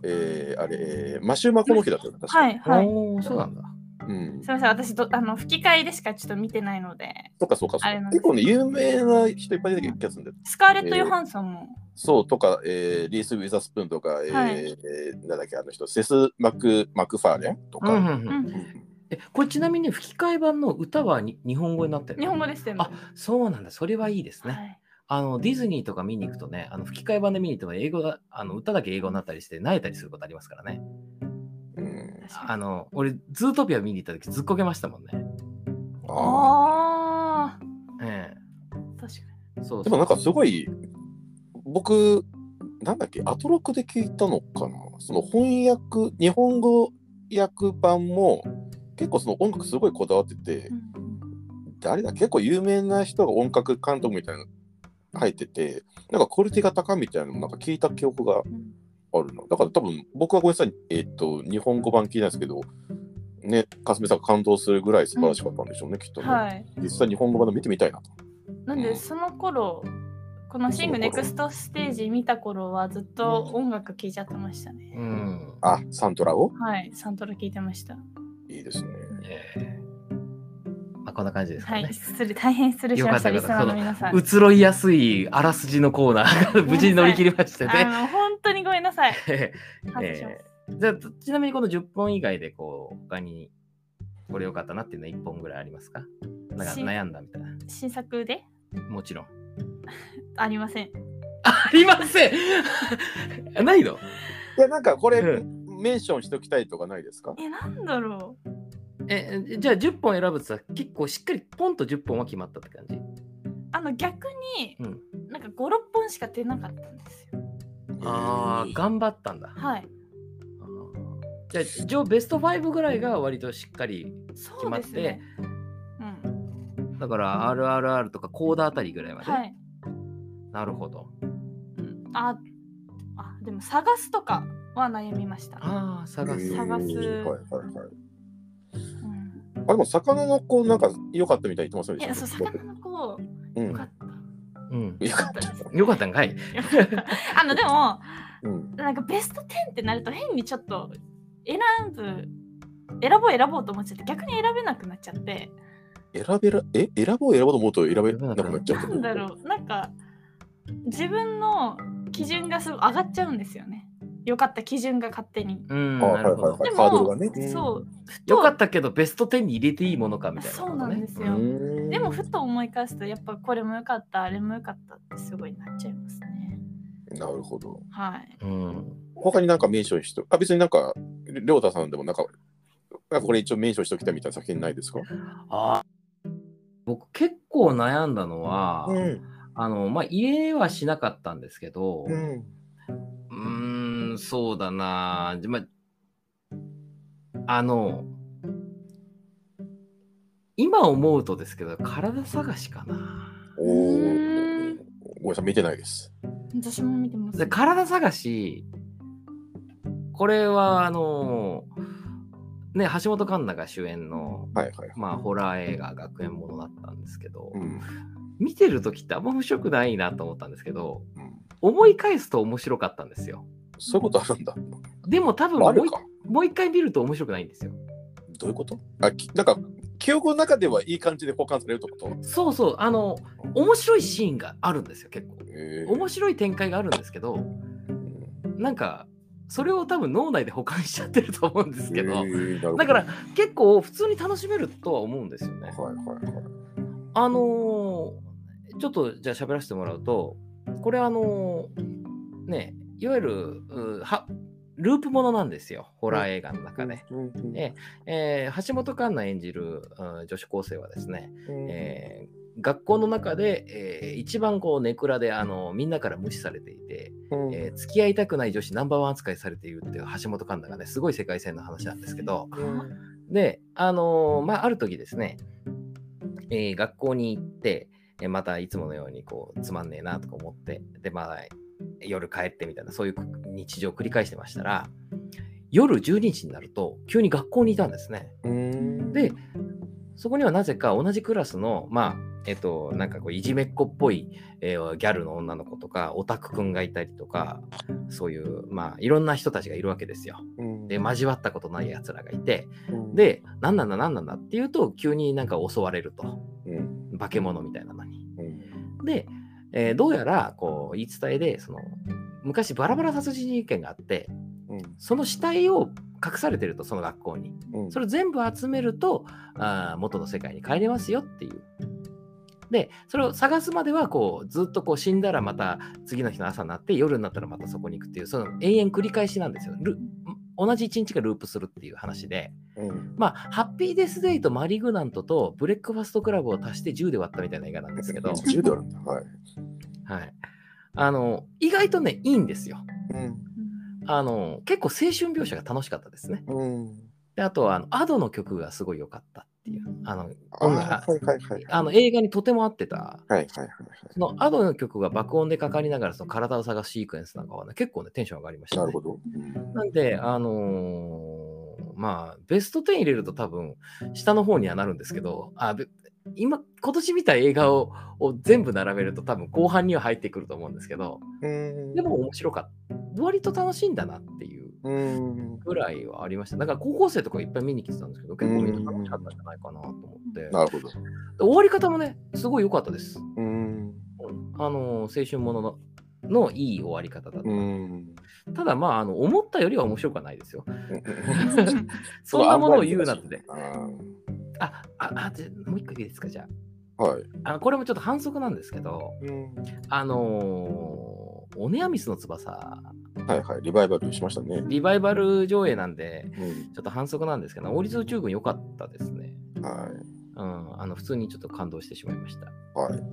C: えー、あれ、えーマシューマコノヒだったよね確か、
A: はいはい。
B: おーそうなんだ
C: うん
A: すみません、私どあの吹き替えでしかちょっと見てないので、
C: そっかそっかそ
A: あ
C: っ
A: れな
C: か
A: んで
C: 結
A: す
C: 構ね有名な人いっぱい出てきたやつんだよ
A: スカーレット・ヨハンソンも、
C: そうとか、えーリース・ウィザースプーンとか、えー
A: はい
C: えーなんだっけあの人セス・マク・マクファーレンと
B: う
C: か、
B: んう
C: うんん
B: うんえこれちなみに吹き替え版の歌はに日本語になってるの
A: 日本語でしたよね
B: あ。そうなんだそれはいいですね、
A: はい
B: あのディズニーとか見に行くとねあの吹き替え版で見に行っても英語だあの歌だけ英語になったりして泣いたりすることありますからね
C: うん、
A: 確か
B: あ
A: に
B: の俺ズートピア見に行った時ずっこけましたもんね。
A: あ
C: あ
A: ー
B: え
A: 確か
B: えそうそう
C: ーでもなんかすごい僕なんだっけアトロクで聞いたのかなその翻訳日本語訳版も結構その音楽すごいこだわって
A: に。
C: て
A: うん
C: 誰だ結構有名な人が音楽監督みたいなの入っててなんかクオリティが高いみたいなのもなんか聞いた記憶が
A: うん
C: あるのだから多分僕はごめんなさいえっと日本語版聞いたんですけどねかすみさんが感動するぐらい素晴らしかったんでしょうね、きっとね、
A: はい。
C: 実際日本語版で見てみたいなと
A: なん
C: う
A: で
C: ん
A: その頃、このシングネクストステージ見た頃はずっと音楽聴いちゃってましたね。
B: うん
C: あサントラを
A: はい、サントラ聴いてました。
C: いいですね
B: ええまあこんな感じですか
A: は
B: ね。
A: い、失礼、大変失礼しました、
B: よ
A: リ
B: か
A: ス
B: っ
A: ナ
B: た
A: ー
B: よかった
A: の皆さん。
B: 移ろいやすいあらすじのコーナーが無事に乗り切りまして
A: あ
B: ね。
A: の本当にごめんな さい。反省します
B: ええじゃあちなみにこの10本以外でこう他にこれ良かったなっていうのは1本ぐらいありますかなんか
A: し
B: 悩んだみたいな。
A: 新作で
B: もちろん。
A: ありません。
B: ありません ないの
C: いやなんかこれ、
B: う
C: メンションしておきたいとかないですか
A: え、なんだろう。
B: えじゃあ10本選ぶとさ結構しっかりポンと10本は決まったって感じ。
A: あの逆に、
B: うん
A: なんか5、6本しか出なかったんですよ。
B: ああ頑張ったんだ。
A: はい。
B: あーじゃあ一応ベスト5ぐらいが割としっかり
A: そうですね。うん。
B: だから RRR とかコーダあたりぐらいまで、
A: はい。
B: なるほど
A: うんあ、あ、でも探すとかは悩みました。
B: ああ探す、
A: へー探す
C: はいはいはい
A: うん、
C: あでも魚の子なんか良かったみたいに言って
A: い
C: ませんで
A: や、
C: し
A: そう、
C: た
A: 魚の子、
C: うん
A: よかった。
B: うん、
C: よかった
B: よかったんかい
A: あの、でも、
C: うん
A: なんかベスト10ってなると変にちょっと選ぶ、選ぼう選ぼうと思っちゃって、逆に選べなくなっちゃって、
C: 選べらえ選ぼう選ぼうと思うと選べなくなっちゃ
A: なんだ
C: う
A: ろう、なんか自分の基準がすごい上がっちゃうんですよね。良かった基準が勝手に。
B: うん、
C: あは
B: ないる
C: は
B: ほ
A: で
B: ど
C: いは。い。
A: も
C: ハードルがね。
B: うん
A: そう。ふと
B: よかったけど、ベスト10に入れていいものかみたいな
A: そ
B: こ
A: う
B: と
A: なん
B: ね
A: で。す
C: う
A: よ。
C: ーん
A: でもふと思い返すとやっぱこれも良かったあれも良かったってすごいなっちゃいますね。
C: なるほど。
A: はい。
B: うん。
C: 他になんか名称しとあ別になんか亮太さんでもなんかなんかこれ一応名称しときたみたいな作品ないですか？
B: あー僕結構悩んだのは、
C: ん
B: あの、まあ、入れはしなかったんですけど、
C: う
B: うんーん、そうだなじまあの、今思うとですけど、体探しかな。
C: お
A: う
C: ー
A: ーん
C: ごめんなさい見てないです。
A: 私も見てます。
B: で体探し、これは、あの、ね、橋本環奈が主演の、
C: はいはい。
B: まあ、ホラー映画、学園ものだったんですけど、
C: うん
B: 見てる時ってあんま面白くないなと思ったんですけど、
C: うん
B: 思い返すと面白かったんですよ。
C: そういうことあるんだ。
B: でも多分も
C: あ
B: う
C: る
B: 一
C: か。
B: もう一回見ると面白くないんですよ。
C: どういうこと？あきなんか記憶の中ではいい感じで保管されるってこと？
B: そうそう、あの、面白いシーンがあるんですよ、結構。
C: え
B: 面白い展開があるんですけど、なんか、それを多分脳内で保管しちゃってると思うんですけど、
C: ど
B: だから結構普通に楽しめるとは思うんですよね。
C: はいはいはい。
B: あのーちょっとじゃあ喋らせてもらうと、これあのーね、いわゆるうはループものなんですよ、ホラー映画の中で。
C: うんうん
B: ええー橋本環奈演じる、うん女子高生はですね、
C: うん
B: えー学校の中で、えー一番こうネクラであのみんなから無視されていて、
C: うん
B: えー付き合いたくない女子ナンバーワン扱いされているっていう橋本環奈がねすごい世界線の話なんですけど
C: うん
B: であのーまあある時ですね、えー学校に行ってえーまたいつものようにこうつまんねえなとか思ってでまあ夜帰ってみたいなそういう日常を繰り返してましたら夜12時になると急に学校にいたんですね。
C: うん
B: で、そこにはなぜか同じクラスの、まあ、えっと、なんかこう、いじめっ子っぽい、えーギャルの女の子とか、オタクくんがいたりとか、そういう、まあ、いろんな人たちがいるわけですよ。
C: うん
B: で、交わったことない奴らがいて、
C: うん、
B: で、なんなんだ、なんなんだっていうと、急になんか襲われると。
C: うん
B: 化け物みたいなのに。
C: うん
B: で、えーどうやら、こう、言い伝えで、その、昔バラバラ殺人事件があって、
C: うん
B: その死体を隠されてると、その学校に。
C: うん
B: それを全部集めるとあー元の世界に帰れますよっていう。でそれを探すまではこうずっとこう死んだらまた次の日の朝になって夜になったらまたそこに行くっていうその永遠繰り返しなんですよ。ル同じ一日がループするっていう話で、
C: うん
B: まあ、ハッピーデスデイとマリグナントとブレックファストクラブを足して10で割ったみたいな映画なんですけ ど、
C: 10ドルなんだ。はい。
B: はい、あの意外とね、いいんですよ。
C: うん
B: あの結構青春描写が楽しかったですね。
C: うん。
B: であとはあの、アドの曲がすごい良かったっていう、あの
C: あ
B: 音
C: ー
B: 楽
C: はいはいはい。
B: あの映画にとても合ってた。
C: はいはいはい
B: そのアドの曲が爆音でかかりながらその体を探すシークエンスなんかはね、結構ね、テンション上がりまし
C: い。
B: た、ね。
C: なるほど。
B: なんで、あのーまあ、ベスト10入れると多分、下の方にはなるんですけど、あべ今、今年見た映画をを全部並べると多分後半には入ってくると思うんですけど、
C: うん
B: でも、面白かった。割と楽しいんだなっていう
C: うん。
B: ぐらいはありました。だから高校生とかいっぱい見に来てたんですけど、結構みんな楽しかったんじゃないかなと思って。で
C: なるほど。
B: 終わり方もね、すごい良かったです。
C: うん。
B: あの青春ものののいい終わり方だった。
C: うん。
B: ただまああの思ったよりは面白くはないですよ。
C: そ
B: そんなものを言うなって。
C: は
B: あああでもう一回いいですかじゃ
C: い。
B: ああの。これもちょっと反則なんですけど、
C: うん
B: あのーオネアミスの翼、
C: はいはい。リバイバルしましたね。
B: リバイバル上映なんで、
C: うん
B: ちょっと反則なんですけど、王立宇宙軍良かったですね。
C: はい。
B: うん、あの普通にちょっと感動してしまいました。
C: はい。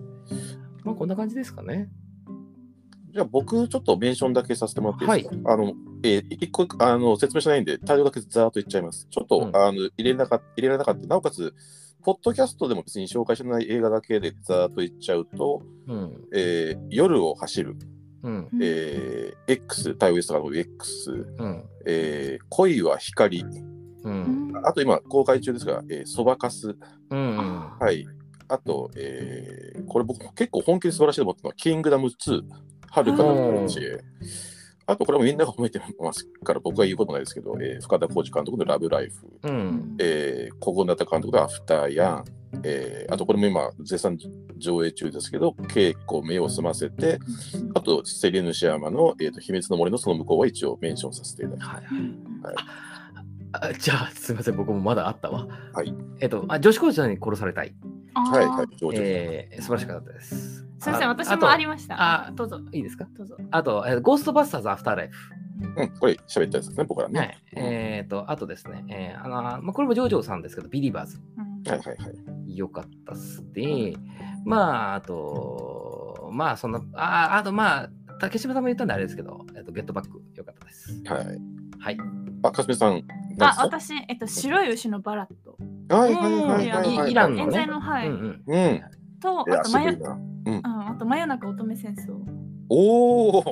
B: まあこんな感じですかね。
C: じゃあ僕ちょっとメンションだけさせてもらっていいですか、あの、えー一個一個あの説明しないんで、対応だけざーっと言っちゃいます。ちょっと、
B: うん
C: あの入れなかった、入れられなかった。なおかつ、ポッドキャストでも別に紹介してない映画だけでざーっと言っちゃうと、
B: うん。
C: えー夜を走る、
B: うん。
C: えー X、タイウエストがの X、
B: うん。
C: えー恋は光、
B: うん。
C: あと今公開中ですが、えーそばかす、
B: うん。
C: はい、あと、えーこれ僕結構本気で素晴らしいと思ったのは、キングダム2、遥かなる知恵。あとこれもみんなが褒めてますから僕は言うことないですけど、えー深田浩二監督の「ラブライフ」
B: うん。
C: えー、小久監督の「アフターヤン」えーあとこれも今絶賛上映中ですけど稽古目を澄ませてあとセリヌシアマの、えーと「秘密の森のその向こう」は一応メンションさせていただきま
B: はい
C: はい
B: あじゃあすいません僕もまだあったわ
C: はい
B: えっとあ女子高生に殺されたい、
A: あー
C: すはいはい上場
B: えー、素晴らしかったです
A: すみません、
B: あ
A: 私もあり
B: あ
A: ました。
B: あ
A: どうぞ、
B: といいですか
A: どうぞ。
B: あと、えーゴーストバスターズアフターライフ
C: うん、これ喋ったやつですね僕らね、
B: はい。えっ、と、あとですね、えーあのーまあ、これもジョジョさんですけど、ビリバーズ。
A: うん
C: はいはいはい
B: よかったっすで、まあ、あと、まあ、そんな、ああと、まあ、竹島さんも言ったんであれですけど、えっとゲットバック、よかったです。
C: はい。
B: はい。
C: あ、かすみさん、
A: あ、
C: 何で
A: 私、えっと、白い牛のバラット。
C: すかはいはいはいはいはい
B: うん
C: はい。
B: イランの
A: 現
B: ね
A: 在の、はい。
B: うんうん。
C: うん。い
A: と、あ
C: や、
A: と
C: す
A: 真
C: ご
A: 夜
C: い、な。
A: うん、あと真夜中乙女戦争。
C: おお。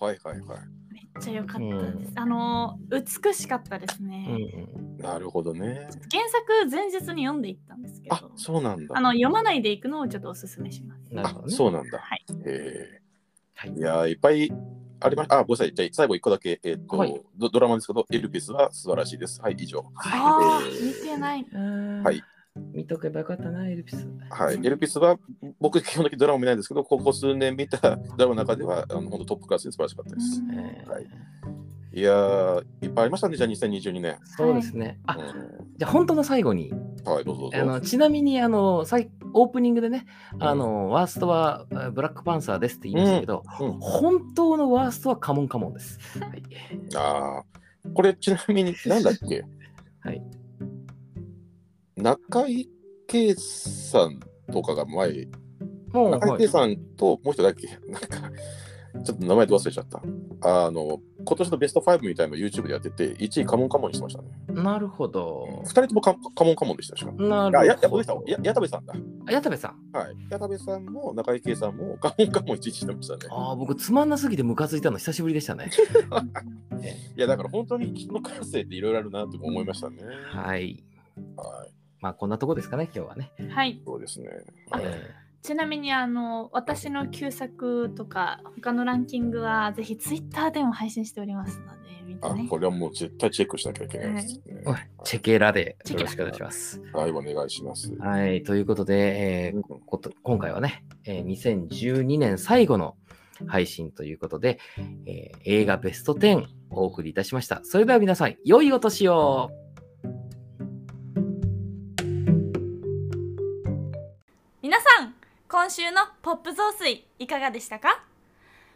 C: はいはいは
A: めっちゃ良かったです。あのー、美しかったですね。
B: うん
C: い。なるほどね。
A: 原作前日に読んでいったんですけど、
C: あ
A: あ、
C: そうなんだ。
A: の読まないでいくのをちょっとおすすめします。
B: なる
C: あ
B: ほど、、ね。
C: そうなんだ。
A: はい。
C: え
B: は
C: え。
B: い
C: いやー、いっぱい。ありまあ、ごめんなさい。じゃあ、最後一個だけ、えっと
B: はい、
C: ドドラマですけど、エルピスは素晴らしいです。はい、以上。
A: ああ、
C: えー
A: 見てない。
B: は
C: はい。
B: 見とけばよかったな、エルピス。
C: はい、エルピスは僕、基本的にドラマ見ないんですけど、ここ数年見たドラマの中では、あの本当トップクラスで素晴らしかったです。
B: えー
C: はいいやー、いっぱいありましたね、じゃあ2022年。
B: そうですね。あ、
C: う
B: じゃあ本当の最後に、
C: んはい、どうぞどうぞ。
B: あのちなみにあのさいオープニングでね、あのワーストはあブラックパンサーですって言いましたけど、
C: うんうん
B: 本当のワーストはカモンカモンです。はい、
C: ああ、これちなみになんだっけ
B: はい。
C: 中井圭さんとかが前、
B: もう、
C: 中井
B: は
C: 圭
B: い、
C: さんともう一人だっけ、 なんか、ちょっと名前で忘れちゃった。あの、今年のベスト5みたいなのを YouTube でやってて、1位カモンカモンにしてましたね。
B: なるほど
C: 2。人ともカカモンカモンでしたしかも。
B: な
C: あ、や
B: る、
C: や
B: ほ
C: ごめんなさ
B: ど
C: い。や、矢田部さんだ。
B: あ矢田部さん。
C: はい。矢田部さんも中井圭さんも カモンカモン1位してましたね。
B: ああ、僕つまんなすぎてムカついたの久しぶりでした ね。
C: いや、だから本当に人の感性っていろいろあるなとも思いましたね。
B: はい。
C: はい。
B: まあこんなとこですかね、今日はね。
A: はい。
C: そうですね。
A: あ
C: はい
B: え
A: ちなみにあの私の旧作とか他のランキングはぜひツイッターでも配信しておりますので見て
C: あ
A: ね。
C: これはもう絶対チェックしなきゃいけないですね。
B: ーおいチェケラでよろしくお願いします。
C: はい、お願いします。
B: はい、ということで、えーこと今回はね、えー2012年最後の配信ということで、えー映画ベスト10お送りいたしました。それでは皆さん、良いお年を
E: 皆さん今週のポップ増水いかがでしたか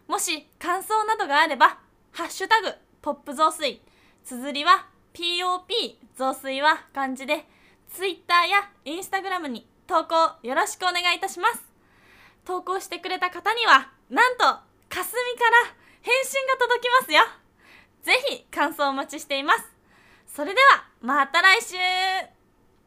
E: もし感想などがあれば「ハッシュタグポップ増水」綴りは POP 増水は漢字で Twitter や Instagram に投稿よろしくお願いいたします投稿してくれた方にはなんとかすみから返信が届きますよぜひ感想お待ちしていますそれではまた来週